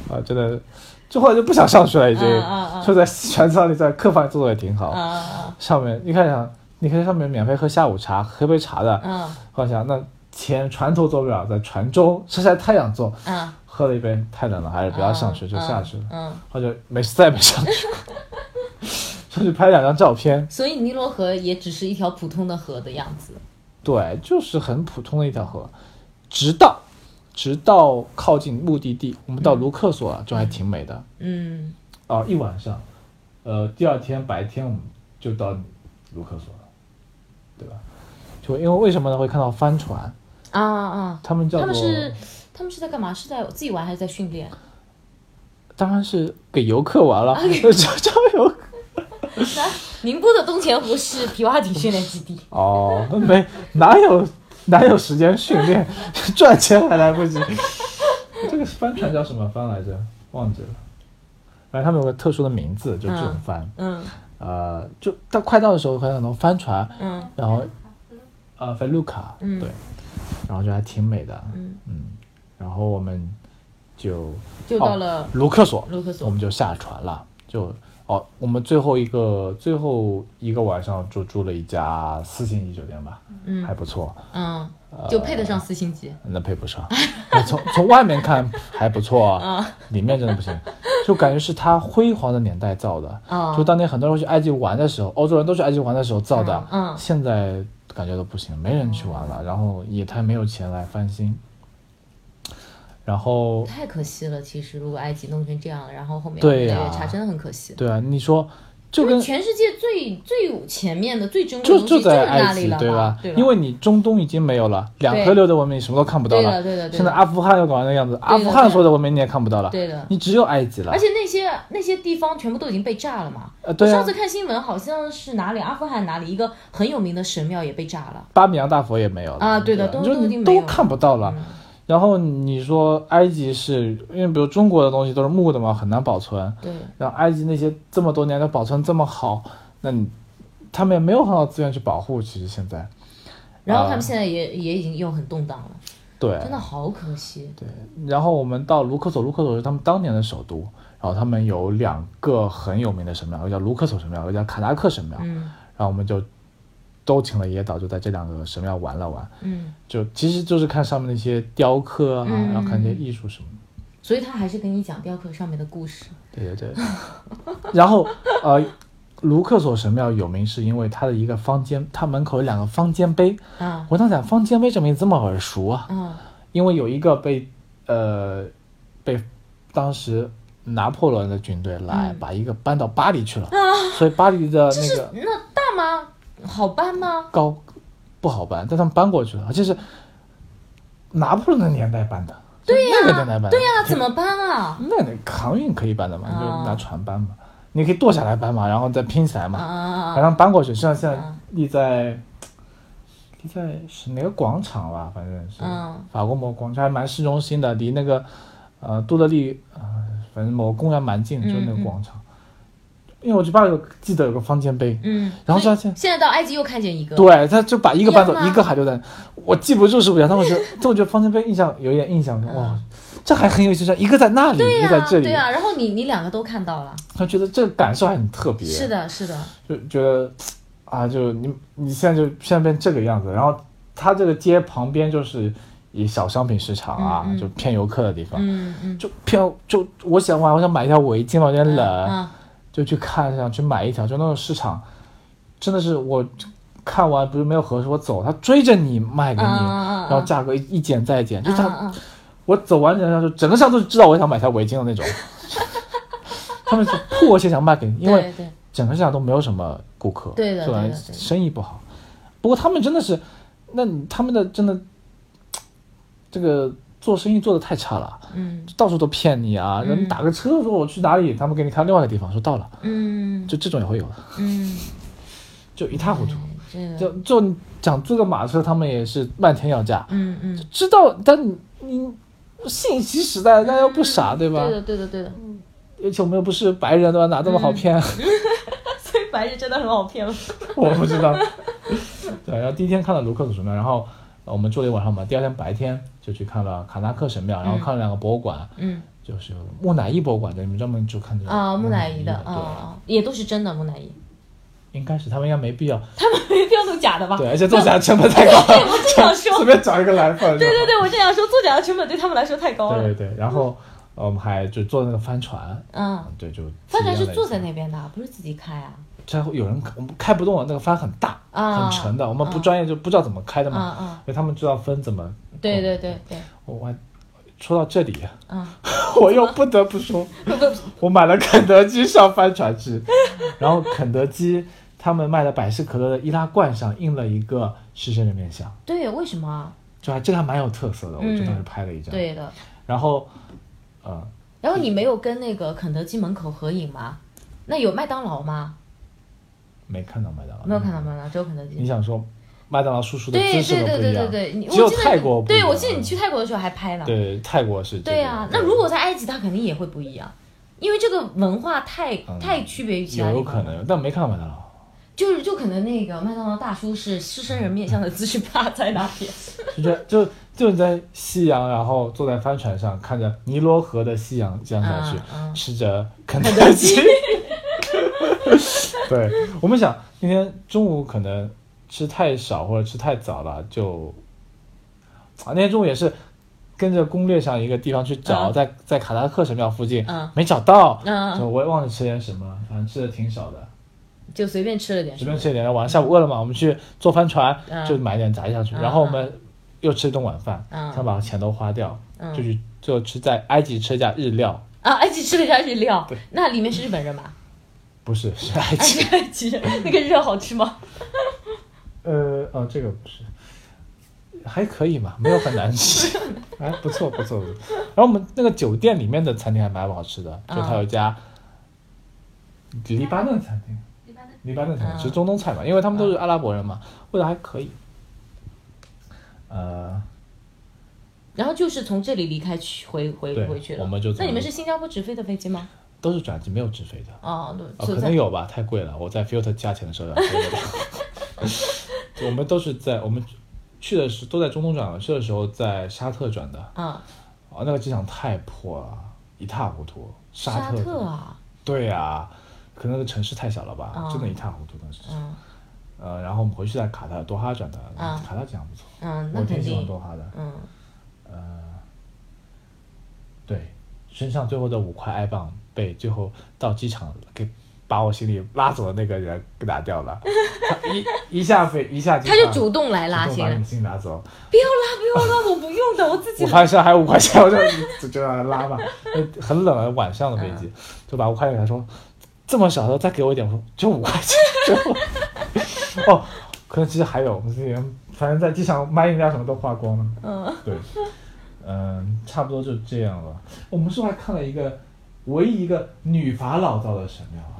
啊，真的，就后来就不想上去了，已经
嗯嗯嗯
就在船上，你在客房坐坐也挺好。
啊
上面你看想，你可以上面免费喝下午茶，喝杯茶的。
啊
我想那前船头坐不了，在船中晒晒太阳坐，
啊！
喝了一杯太冷了，还是不要上去，就下去了。
嗯，
后来就没再也没上去，上去拍两张照片。
所以尼罗河也只是一条普通的河的样子。
对，就是很普通的一条河，直到直到靠近目的地，我们到卢克索了，就还挺美的
嗯，
哦，一晚上。呃，第二天白天我们就到卢克索了，对吧？就因为为什么呢？会看到帆船，
啊啊，
他们叫
他
做
们是他们是在干嘛？是在自己玩还是在训练？
当然是给游客玩了，
啊
就招游 客。
宁波的东钱湖是皮划艇训练基地。
哦，没哪有哪有时间训练， 赚钱还来不及。 这个帆船叫什么帆来着？忘记了。反正他们有个特殊的名字，就这种帆。
嗯
呃，就到快到的时候，还有很多帆船，
嗯
然后呃，菲卢卡，
嗯
对，然后就还挺美的，
嗯，
嗯，然后我们就
就到了
哦卢克索，
卢克索
我们就下船了，就哦，我们最后一个最后一个晚上就住了一家四星级酒店吧，
嗯
还不错，
嗯，
呃
就配得上四星级。
那配不上， 从从外面看还不错
啊，
里面真的不行，就感觉是他辉煌的年代造的，
啊
就当年很多人去埃及玩的时候，欧洲人都去埃及玩的时候造的，
嗯嗯
现在感觉都不行，没人去玩了，然后也太没有钱来翻新，然后
太可惜了，其实如果埃及弄成这样，然后后面
对呀
查真的很可惜。
对啊，你说就跟
是全世界最最有前面的最珍贵的
就
东西
就在
是那
埃
里
及
了，
对
吧
吧？？
对吧
因为你中东已经没有了，两
对
河流的文明你什么都看不到
对
了。
的对的对
现在
的，
阿富汗又搞成那样子，阿富
对
汗
的
所有的文明你也看不到了，
对的。
你只有埃及了
而。且那些那些地方全部都已经被炸了嘛。
呃，
我
对
上
啊
次，看新闻，好像是哪里阿富汗哪里一个很有名的神庙也被炸了。
巴米扬大佛也没有了
啊对的
吧
都
你就
都已经
你
没有
都
了嗯
看不到了。然后你说埃及是因为比如中国的东西都是木的嘛，很难保存。
对，
然后埃及那些这么多年都保存这么好，那你他们也没有很好的资源去保护。其实现在，
然后他
啊
们现在也、也已经又很动荡了，
对，啊
真的好可惜。
对，然后我们到卢克索，卢克索是他们当年的首都，然后他们有两个很有名的神庙，一个叫卢克索神庙，一个叫卡达克神庙，
嗯
然后我们就都请了野岛，就在这两个神庙玩了玩，
嗯，
就其实就是看上面那些雕刻啊，
嗯
然后看那些艺术什么的。
所以他还是跟你讲雕刻上面的故事。
对对对， 然后呃，卢克索神庙有名是因为它的一个方尖，它门口有两个方尖碑。
啊
我当时想方尖碑这名字这么耳熟啊，
啊
因为有一个被呃被当时拿破仑的军队来、
嗯
把一个搬到巴黎去 了，所以巴黎的那个
啊那大吗？好搬吗？
高不好搬，但他们搬过去了，而且是拿破仑的年代搬的，
对呀、
那个年代搬的，
对呀、怎么搬啊？
那那航运可以搬的嘛，
啊
就拿船搬嘛，你可以剁下来搬嘛，然后再拼起来
啊
嘛，
啊
把它
啊！
们搬过去，像现在
啊
立在。立在是哪个广场吧，反正是、
嗯
法国某广场，还蛮市中心的，离那个呃杜德利呃反正某公园蛮近，就是那
嗯嗯
个广场。因为我就爸有记得有个方尖碑，
嗯，
然后
所以
现在
现在到埃及又看见一个，
对，他就把一个搬走
一，样吗
一个还留在，我记不住是不是？但我觉得，但我觉得方尖碑印象有点印象，哇，这还很有意思，一个在那里，一
嗯
个
对呀、
在这里
对，呀、然后你你两个都看到了，
他觉得这个感受还很特别。
是的，是的，
就觉得啊，就你你现在就现在变这个样子，然后它这个街旁边就是以小商品市场啊，
嗯嗯
就骗游客的地方，
嗯嗯，
就骗就我想买，我想买一条围巾嘛，有点冷，
啊，
就去看想去买一条，就那种市场，真的是我看完不是没有合适，我走，他追着你卖给你，
嗯嗯嗯嗯
然后价格一一减再减，就他、
啊啊
我走完人家就整个上都知道我想买条围巾的 那种。他们是迫切想卖给你，因为
对对
整个市场都没有什么顾客，
对的
就感
对
觉
的对的
生意不好。不过他们真的是，那你他们的真的，这个做生意做的太差了，
嗯
到处都骗你啊！
嗯
人打个车说我去哪里，他们给你看另外一个地方，说到了，
嗯
就这种也会有的，
嗯，
就一塌糊涂。
这
就
个，
就你想坐个马车，他们也是漫天要价，
嗯嗯，
知道，但你你信息时代，大家又不傻，对吧
嗯对？的对嗯的对的，
而且我们又不是白人，对吧？哪这么好骗？啊
所以白日真的很好骗了，
我不知道。对，然后第一天看了卢克索神庙，然后呃我们住了一晚上嘛，第二天白天就去看了卡纳克神庙，然后看了两个博物馆，
嗯
就是木乃伊博物馆对，你们专门就看这个
啊，木乃伊
伊
的
对，
啊，也都是真的木乃伊，
应该是他们应该没必要，
他们没必要弄假的吧？
对，而且做起来成本太高 了，
啊我正想
随
说，
便找一个来放就好。
对对对，我正想说，作假的成本对他们来说太高
对
了
对，对然后呃我们还就坐那个帆船，
嗯。
对，就
帆船是
体验了一
坐
下
在那边的啊，不是自己开啊！
最后有人我们开不动了，那个帆很大、
啊
很沉的，我们不
啊
专业就不知道怎么开的
啊
嘛，
啊，
因为他们知道分怎么。
对对对对，
我还说到这里，
啊，
我又不得不 说，我买了肯德基上帆船吃，然后肯德基他们卖的百事可乐的易拉罐上印了一个狮身人面像，
对，为什么啊？
就还这个还蛮有特色的，我
嗯
就当时拍了一张。，
对的。
然后，呃，
然后你没有跟那个肯德基门口合影吗？那有麦当劳吗？
没看到麦当劳，
没有看到。麦当劳，只有肯德基
你。想说，麦当劳叔叔的
对
姿
对
势
对
都不
对
一
对
样，
对，你
只有
我记得
泰国不
你
一
对，
样
我记得你去泰国的时候还拍了。
对泰国是这个。
对啊，那
对
如果在埃及，它肯定也会不一样，因为这个文化太
嗯
太区别于其他
有
地
有
方
可
了。
能，但没看到麦当劳。
就是就可能那个麦当劳大叔是狮身人面像的姿势趴 在那边。
就这就就你在夕阳，然后坐在帆船上，看着尼罗河的夕阳降下去，
嗯嗯
吃着肯德基。 对，我们想今天中午可能吃太少或者吃太早了，就啊那天中午也是跟着攻略上一个地方去找，
嗯
在在卡达克神庙附近、
嗯
没找到，
嗯
就我也忘了吃点什么，反正吃的挺少的。
就随便吃了点什
随
么
便。吃一点，然后晚上下午饿了嘛，我们去坐帆船，
嗯
就买点炸下去，
嗯
然后我们又吃一顿晚饭，
嗯
想把钱都花掉，
嗯
就去就吃在埃及吃一家日料，
啊，埃及吃了一下日料
对，
那里面是日本人吧？
不是是爱 情。
哎，其实那个热好吃吗？
呃，哦，这个不是，还可以嘛，没有很难 吃，哎，不错不错不错。然后我们那个酒店里面的餐厅还蛮好吃的，就它有一家黎巴嫩餐厅，
一般的
黎巴嫩餐厅
嗯
吃中东菜嘛，因为他们都是阿拉伯人嘛，味道还可以。呃，
然后就是从这里离开去回回
对
回去了。
我们就从
那你们是新加坡直飞的飞机吗？
都是转机，没有直飞的。
哦，
哦，
所以
可
在
能有吧，太贵了。我在 filter 加钱的时候要说的。 我们都是在我们去的时都在中东转，去的时候在沙特转的。
啊，
哦，那个机场太破了，一塌糊涂。
沙
特的，
啊，
对呀、可能那个城市太小了吧，
啊
真的一塌糊涂那是。
嗯
呃，然后我们回去在卡塔尔多哈转的，
啊
卡塔尔机场不错，
嗯，那
我挺
肯
喜欢
定，
多哈的。
嗯，
呃，对，身上最后的五块埃镑被最后到机场给把我行李拉走的那个人给拿掉了，他一一下飞一下机
他
场
就主动来拉
主动
新
把你
人，
的行李拿走，
不要拉，不要拉，我不用的，我自己
我
来。
发现还有五块钱，我就就就让他拉吧，呃很冷啊，晚上的飞
嗯
机，就把五块钱给他说，这么少的再给我一点，我说就五块钱，就 哦，可能其实还有，我们之前反正在机场买饮料什么都花光了。
嗯，
对，嗯，差不多就这样了。我们是不是还看了一个唯一一个女法老造的神庙啊？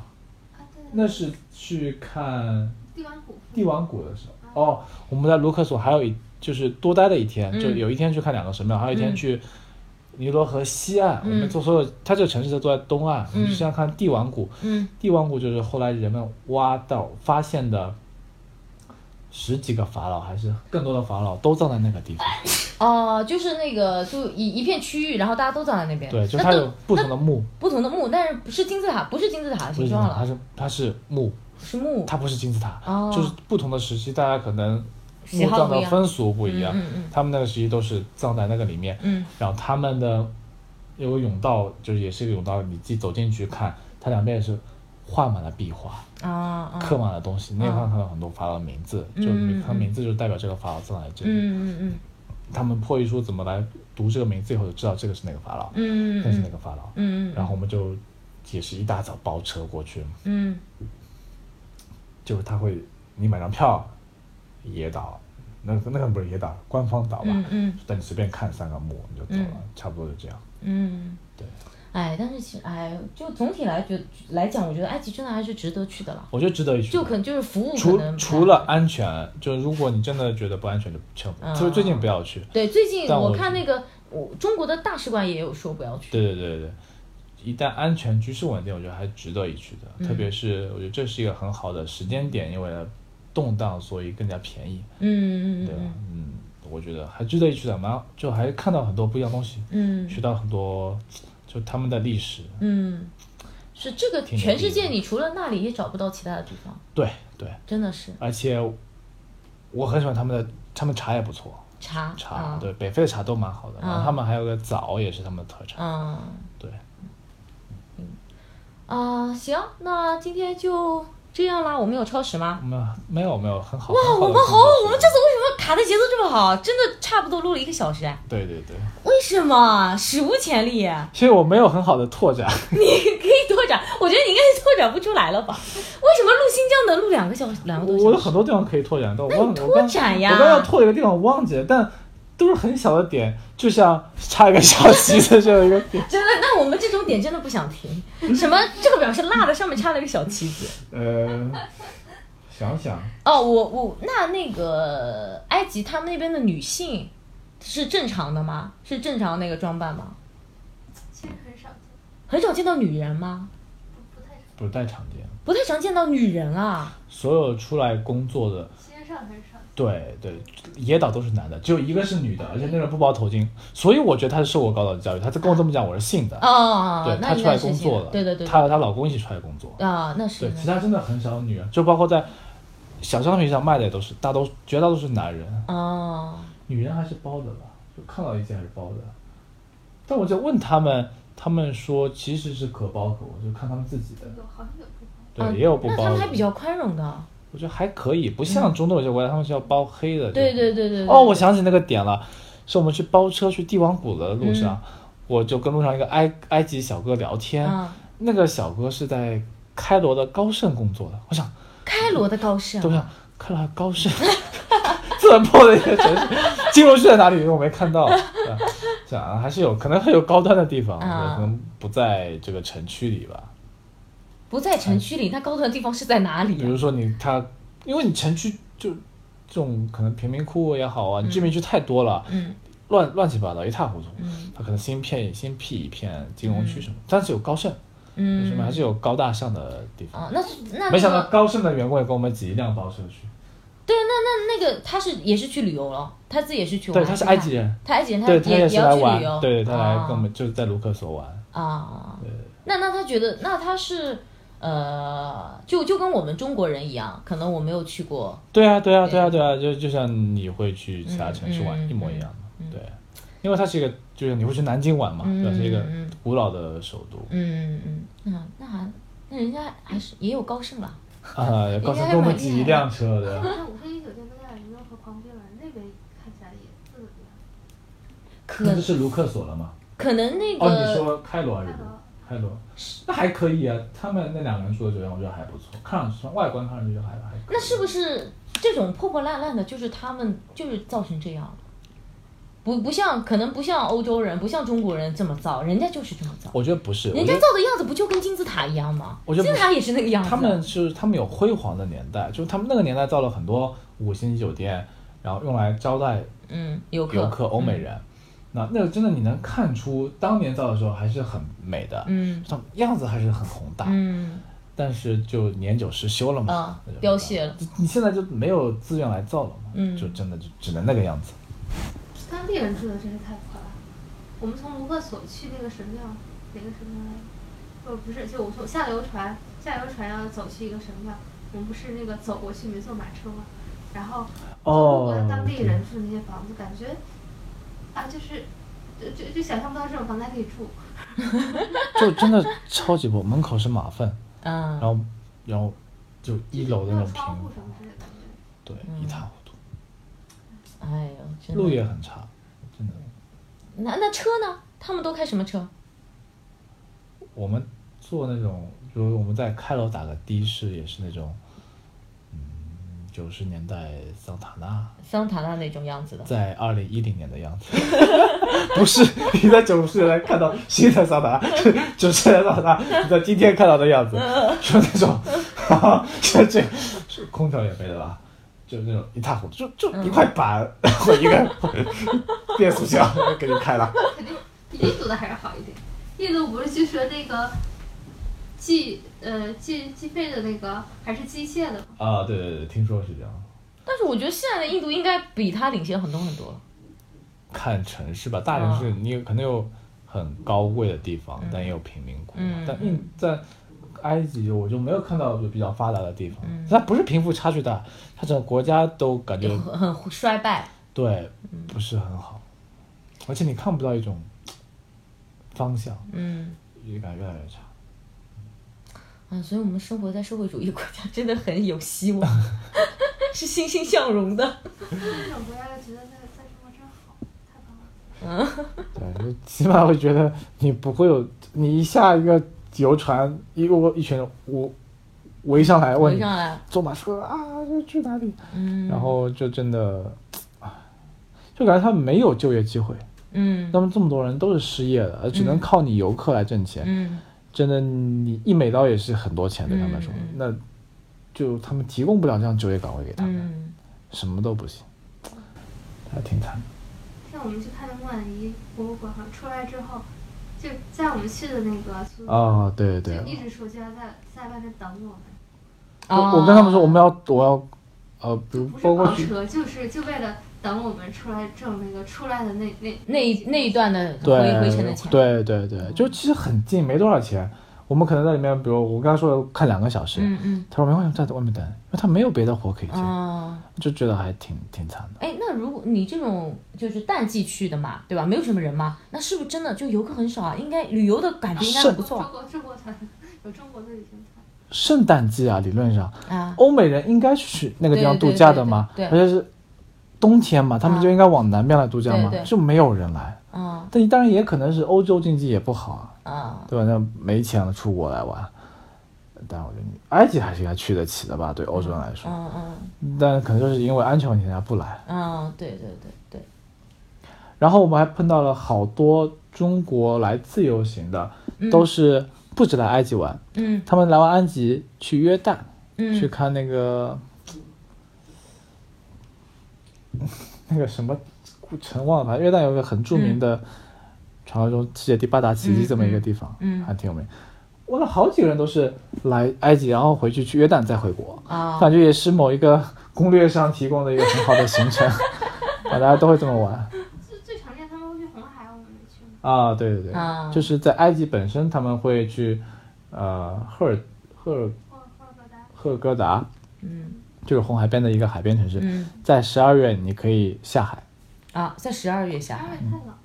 啊，对，
那是去看
帝王谷
帝王谷的时候哦。我们在卢克索还有一就是多待了一天，
嗯
就有一天去看两个神庙，还有一天
嗯
去尼罗河西岸。
嗯
我们坐所有，它这个城市都在东岸，我们
嗯
就先看帝王谷。
嗯，
帝王谷就是后来人们挖到发现的。十几个法老还是更多的法老都葬在那个地方，
哦，就是那个，就一一片区域，然后大家都葬在那边。
对，就
那
它
都
有不同的墓，
不同的墓，但是不是金字塔，不是金字塔的
不
形
是金字
状
塔，它
了，
是它是墓，
是墓。
它不是金字塔，
哦
就是不同的时期，大家可能
喜
墓
好
葬
不一
的
样
风俗不一样，
嗯嗯
他们那个时期都是葬在那个里面，
嗯
然后他们的有个甬道，就是也是一个甬道，你自己走进去看，它两边也是画满了壁画，
嗯啊啊。
刻满了东西，你也看看到很多法老的名字，就
嗯
你看名字就代表这个法老葬在这里，
嗯嗯
他们破译书怎么来读这个名字以后，就知道这个是哪个法老，
嗯嗯
那是哪
嗯
个法老，
嗯
然后我们就也是一大早包车过去，
嗯
就是他会，你买张票，野岛，那个那个不是野岛，官方岛吧，
嗯嗯
等你随便看三个墓你就走了，差不多就这样。
嗯。
对，
哎，但是其实哎，就总体来觉来讲，我觉得埃及真的还是值得去的了。
我觉得值得一去。
就可能就是服务可
除
能不太
除了安全，就如果你真的觉得不安全，就就
嗯
就是最近不要去。
对，最近
但
我
我
看那个我中国的大使馆也有说不要去。
对对对对对，一旦安全局势稳定，我觉得还值得一去的。
嗯
特别是我觉得这是一个很好的时间点，因为动荡，所以更加便宜，
嗯嗯
对吧？
嗯
嗯，我觉得还值得一去的，蛮就还看到很多不一样的东西。
嗯
学到很多，就他们的历史。
嗯嗯，是这个
挺
全
牛
世
逼
界
的
你除了那里也找不到其他的地方，
对对，
真的是
而且我很喜欢他们的，他们茶也不错，
茶
茶、
啊
对北非的茶都蛮好的，然后他们还有个枣也是他们的特产。
嗯。
对，
啊、行，那今天就这样啦。我们有超时吗？
没有没有没有很好。
哇，
很
我
的
们
工
好，
作
我们
时
这
间
次为什么卡的节奏这么好？啊真的差不多录了一个小时哎，
对对对，
为什么？史无前例， 你
其实我没有很好的拓展，
可以拓展，我觉得你应该是拓展不出来了吧？为什么录新疆能录两个小时，两个多
我有
小时？
很多地方可以拓展，但我忘了。
那你
我刚
拓展呀
我刚要拓一个地方，我忘记了，但都是很小的点，就像插一个小旗子这样一个点。
真的，那我们这种点真的不想听。
嗯
什么这个表是辣的，上面插了个小旗子。
呃，想想，
哦，我我那那个埃及他们那边的女性是正常的吗？是正常那个装扮吗？
其实很少见，
很少见到女人吗？
不不太少，
不太常见，
不太常见到女人啊。
所有出来工作的
街上很少见。
对对，野岛都是男的，只有一个是女的，
嗯
而且那个人不包头巾，所以我觉得她是受过高等教育。她跟我这么讲，我是信的。
哦，
对，
那
她
应
出
该
来
是
工
这
作
样
了，
对对对，
她和她老公一起出来工作。
啊，那是
对，
那
其他真的很少女人，啊就包括在小商品上卖的也都是，大都绝大多数是男人，
哦，
女人还是包的吧，就看到一件还是包的。但我就问他们，他们说其实是可包可不，就看他们自己的。
有好像有不包，
对，
啊
也有不
那
包
他们
的
还比较宽容的。
我觉得还可以，不像中东有些国家，他们是要包黑的。
对对对对对
哦，我想起那个点了，是我们去包车去帝王谷的路上，我就跟路上一个埃埃及小哥聊天，
啊
那个小哥是在开罗的高盛工作的，我想，
开罗的高盛
对，我啊想开罗还高盛， 这么破的一个城市，金融区在哪里？我没看到。啊想啊还是有可能还有高端的地方，
啊
可能不在这个城区里吧。
不在城区里，它高端的地方是在哪里
比
啊、
如说你它，因为你城区就这种可能贫民窟也好啊，你居民区太多了，
嗯
乱乱七八糟一塌糊涂。
嗯
它可能新片新辟一片金融区什么，但是有高盛，什么还
嗯，
是有高大上的地方。
哦，那那
没想到
那个
高盛的员工也给我们挤一辆包车去，
对，那那那个他是也是去旅游了，他自己也是去玩，
对，他是埃及人，
他埃啊及人，
对他
也
也
也
是来
要去旅
玩，
游，
对他来跟我
啊
们就是在卢克索玩，
啊
对
那那他觉得，那他是呃，就就跟我们中国人一样，可能我没有去过，
对啊，对啊，
对
对啊，对啊，就就像你会去其他城市玩、
嗯嗯
一模一样的，对，因为它是一个，就是你会去南京玩嘛，
嗯
对吧，是一个
嗯
古老的首都
嗯嗯嗯，那那还那人家还是也有高盛了，
啊，高
应该
盛给我
蛮
们
厉
挤
害
一
的
辆车的，
那五分一酒店不在尼罗河旁边吗？那边看起来也不怎么样。
可
那不是卢克索了吗？
可能那
哦，你
个、
说开罗还是
开罗
开罗？那还可以啊，他们那两个人住的酒店，我觉得还不错，看上去从外观看上去就还还可以。
那是不是这种破破烂烂的，就是他们就是造成这样的？不不像，可能不像欧洲人，不像中国人这么造，人家就是这么造，
我觉得不是，我
人
觉
家
得
造的样子不就跟金字塔一样吗？
我觉
金
得不
字塔也是那个样子。
他们是他们有辉煌的年代，就是他们那个年代造了很多五星级酒店，然后用来招待
嗯，游客
游客欧美人。那那个真的你能看出当年造的时候还是很美的，
嗯
像样子还是很宏大，
嗯
但是就年久失修了嘛，
啊
那就没
凋
办法
谢了。
你现在就没有资源来造了嘛，
嗯
就真的就只能那个样子。
当地人住的真是太破了。我们从卢克索去那个神庙，哪个神庙来着？呃，不是，就我从下游船，下游船要走去一个神庙，我们不是那个走过去没坐马车吗？然后
哦
中国当地人住的那些房子，感觉啊，就是就就就想象不到这种房子还可以住。
就真的超级破，门口是马粪，
嗯
然后然后就一楼的
没
那
有
种平
窗户
房
什，么之类的感觉。
对，
嗯
一塌糊涂，
哎呦，真的
路也很差，真的。
那那车呢？他们都开什么车？
我们坐那种，比如我们在开罗打个的士，也是那种，嗯，九十年代桑塔纳，
桑塔纳那种样子的。
在二零一零年的样子， 不是你在九十年代看到新的桑塔纳，是 九十年代桑塔纳你在今天看到的样子，说那种， 哈哈，这这是空调也没了吧？就那种一塌糊涂，就就一块板， 然后一个变速箱给你开了。
肯定比印度的还是好一点。印度不是据说那个计呃计计费的那个还是机械的吗？
啊，对对对，听说是这样。
但是我觉得现在的印度应该比它领先很多很多了。
看城市
嗯
吧，大城市你有可能有很高贵的地方，
嗯
但也有贫民窟。
嗯
但印在埃及我就没有看到有比较发达的地方，
嗯
它不是贫富差距大，它整个国家都感觉
就很嗯很衰败，
对不是很好，而且你看不到一种方向，
嗯
也感觉越来越差。
啊，所以我们生活在社会主义国家真的很有希望， 是欣欣向荣的。
这种国家就觉得那个在中国真好，太棒了。
对，就起码会觉得你不会有，你一下一个游船，一窝一群人我围上来哎问哦
围
你
上来，
坐马车啊，就去哪里？
嗯，
然后就真的，唉就感觉他们没有就业机会，
嗯
他们这么多人都是失业的，只能靠你游客来挣钱。
嗯
真的，你一美刀也是很多钱对他们来说，
嗯嗯
那就他们提供不了这样就业岗位给他们，
嗯，
什么都不行，还挺惨的。
像我们去看的莫兰迪博物馆，好像出来之后，就在我们去的那个
嗯
苏，
哦，对对
就
对
一，直说就要在在外面等我们，
啊
我我跟他们说我们要我要。呃，比
就
如
不是
包括
跑
去
车，就是就为了等我们出来挣那个出来的那那
那一那一段的
对
回回程的钱，嗯
对对对，就其实很近，没多少钱。我们可能在里面，比如我刚才说的看两个小时，
嗯嗯
他说没关系，在外面等，因为他没有别的活可以接，
啊。
就觉得还挺挺惨的。
哎，那如果你这种就是淡季去的嘛，对吧？没有什么人嘛，那是不是真的就游客很少啊？应该旅游的感觉应该很不
中
啊
错
国中国团有中国的旅行团。
圣诞季啊，理论上
啊。
欧美人应该去那个地方
对对
度假的嘛，
对对嗯
而且是冬天嘛，他们就应该往南边来度假嘛，
对对
就没有人来。
啊
但当然也可能是欧洲经济也不好啊，
啊
对吧？那没钱了出国来玩，但我觉得你埃及还是应该去得起的吧，对欧洲人来说。
嗯嗯
但可能就是因为安全问题，人家不来。
嗯，对对对对，
然后我们还碰到了好多中国来自由行的，都是不止来埃及玩，
嗯
他们来完埃及去约旦，
嗯，
去看那个 那个什么古城忘了，反正约旦有一个很著名
嗯
的，传说中世界第八大奇迹这么一个地方，
嗯嗯嗯
还挺有名。我的好几个人都是来埃及，然后回去去约旦，再回国，
啊，
感觉也是某一个攻略上提供的一个很好的行 程，啊，大家都会这么玩
最最常见他们会去红海，我们没去吗？
啊，对对对，
啊
就是在埃及本身他们会去，呃，赫尔赫尔
或或者说大家
赫尔戈达，
嗯
就是红海边的一个海边城市，
嗯
在十二月你可以下海，
啊，在十二月下
二
海
位，太冷了。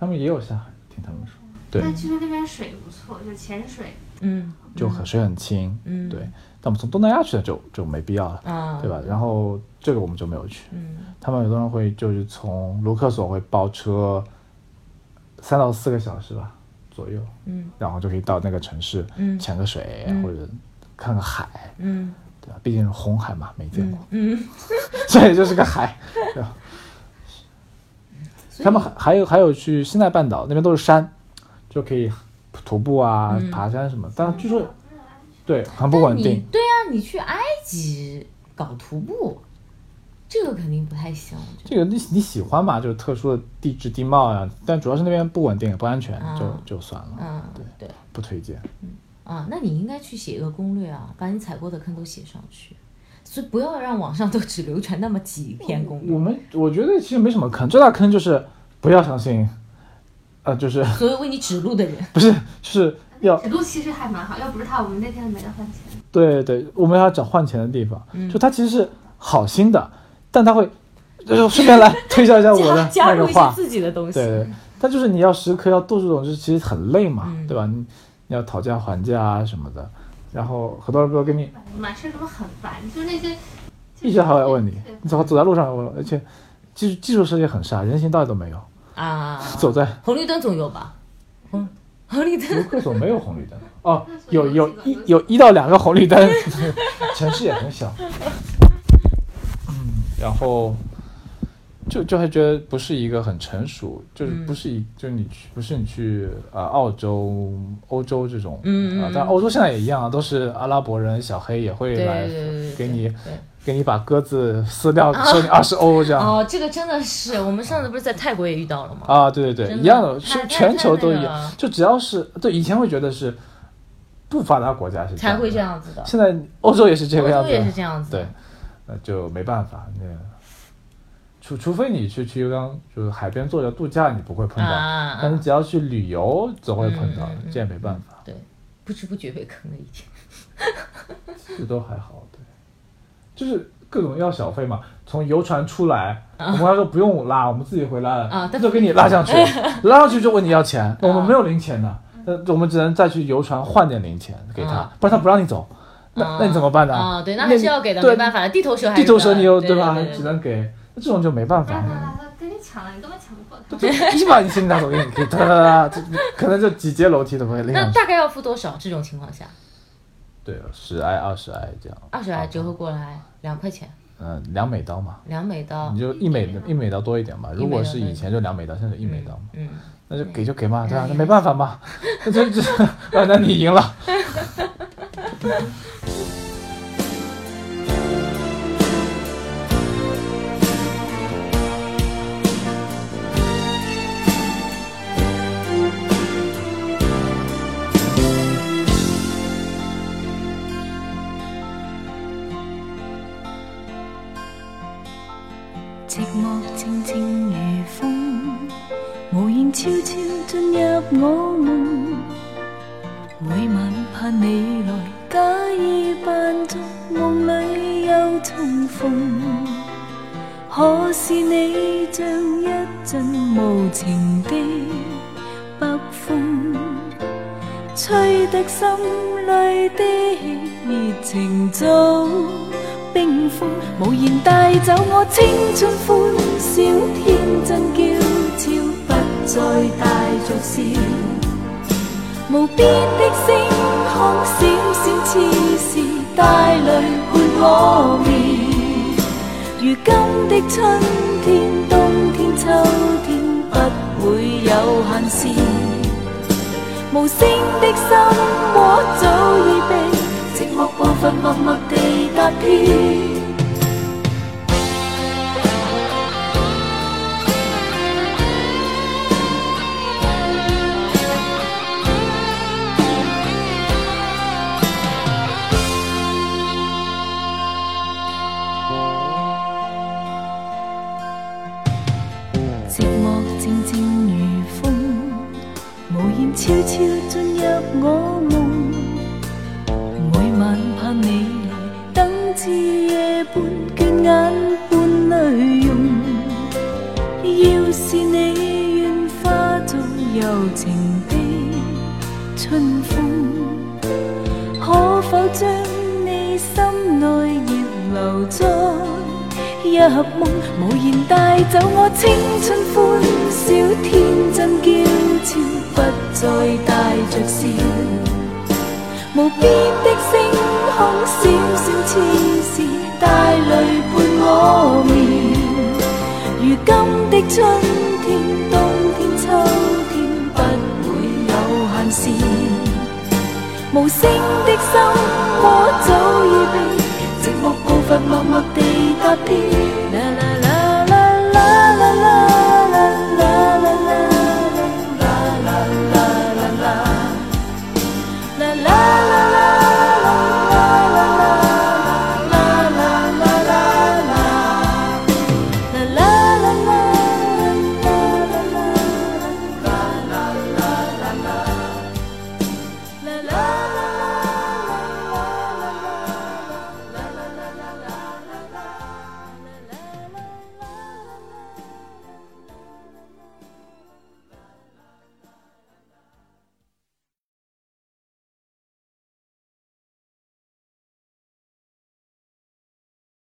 他们也有下海，听他们说，对，
但据说那边水不错，就潜水。
嗯
就很水很清，
嗯
对。但我们从东南亚去的就就没必要了，
啊，
对吧？然后这个我们就没有去。
嗯
他们有的人会就是从卢克索会包车三到四个小时吧左右，
嗯
然后就可以到那个城市
嗯
潜个水、啊
嗯
或者看个海，
嗯
对吧？毕竟是红海嘛，没见过，
嗯嗯，
这也就是个海，对吧？他们还还有还有去西奈半岛那边都是山，就可以徒步啊、
嗯
爬山什么。但据说
不是很安全
对很不
那
稳
你
定，
对啊，你去埃及搞徒步，这个肯定不太行，我觉
这个你你喜欢嘛？就是特殊的地质地貌呀、但主要是那边不稳定不安全，
啊
就就算了，
得，嗯对
不推荐。
啊，那你应该去写一个攻略啊，把你踩过的坑都写上去。所以不要让网上都只流传那么几篇攻略，
我们我觉得其实没什么坑，最大坑就是不要相信，呃，就是
所有为你指路的人
不是就是要
指路其实还蛮好，要不是他，我们那天没得换钱。
对对，我们要找换钱的地方，
嗯
就他其实是好心的，但他会。就是顺便来推销一下我的
加
那
加
个
入一些
话，
自己的东西，
对对，但就是你要时刻要做这种，就是其实很累嘛，
嗯
对吧？你你要讨价还价啊什么的，然后很多人不要跟你，
满事儿怎么很烦？就是那些，
一直还会来问你
对，
你走走在路上还会问，而且技术技术设计很差，人行道也都没有，
啊，
走在
红绿灯总有吧？
嗯
红红绿
游
灯，
客所没有红绿灯哦，
有
有有
几个
一
有
有一到两个红绿灯， 城市也很小，嗯，然后。就就还觉得不是一个很成熟，就是
嗯
不是一、就是你去不是你去呃澳洲、欧洲这种，
嗯嗯
啊
嗯，
但欧洲现在也一样啊，都是阿拉伯人、小黑也会
对
来
对对对，
给
对
你
对
给你把鸽子撕掉， 收你二十欧这样
哦，这个真的是，我们上次不是在泰国也遇到了吗？
啊，对对对，
真的
一样的，
太
是
太
全球都一
太那个
样
了，
就只要是对以前会觉得是不发达国家是
才
的
会这，样子的，
现在欧洲也是这个样
欧洲
子，
也是这样子的，
对，那就没办法，那除除非你去去一个地方就是海边坐着度假，你不会碰到，
啊
但是只要去旅游总会碰到，
嗯嗯嗯
这也没办法，
对，不知不觉被坑了一天。
这都还好，对，就是。各种要小费嘛，从游船出来，我们他说不用拉，我们自己回来了，
啊
那
但啊
就给你拉上去，拉上去就问你要钱，我们没有零钱的，那我们只能再去游船换点零钱给他
嗯啊，
不然他不让你走，那
啊
那你怎么办呢？
啊，对，那还是要给的，
对
没办法的，地头蛇还是
地头蛇
得
你又
对
吧
对对，对嗯
只能给，那这种就没办
不然
法
他，来他跟你抢了，你根本抢不过他。
就一把你行李拿走给你， 可以哒哒哒哒，这可能就几阶楼梯都会拎
那
上去。
大概要付多少？这种情况下，
对，十埃二十埃这样，
二十来折合过来两块钱，
嗯，两美刀嘛，
两美刀
你。就哦一美一美刀多一点嘛。如果是以前就两美刀，现在就一美刀嘛，
嗯，
那就给就给嘛，对啊，那没办法嘛， 那就就啊，那你赢了。
寂寞静静如风，無言悄悄進入我夢。每晚盼你來，假意扮作夢裏又重逢。可是你像一陣無情的北風。吹得心里的熱情早冰封，無言帶走我青春歡笑，天真嬌俏，不再帶着笑。無邊的星空閃閃小痴事，帶淚伴我眠。如今的春天、冬天、秋天，不會有限時。無聲的心窝早已被寂寞部分默默地踏遍。寂寞静静如风，無言悄悄進入我夢。每晚盼你來，等至夜半，倦眼伴淚容。要是你願化作柔情的春風，可否將你心內葉留在？一合夢，無言帶走我青春歡笑，天真嬌俏，不再帶着笑。無邊的星空，閃閃痴事，帶淚伴我眠。如今的春天、冬天、秋天，不會有限時。無聲的心窩早已被寂寞部分默默地踏遍。啦啦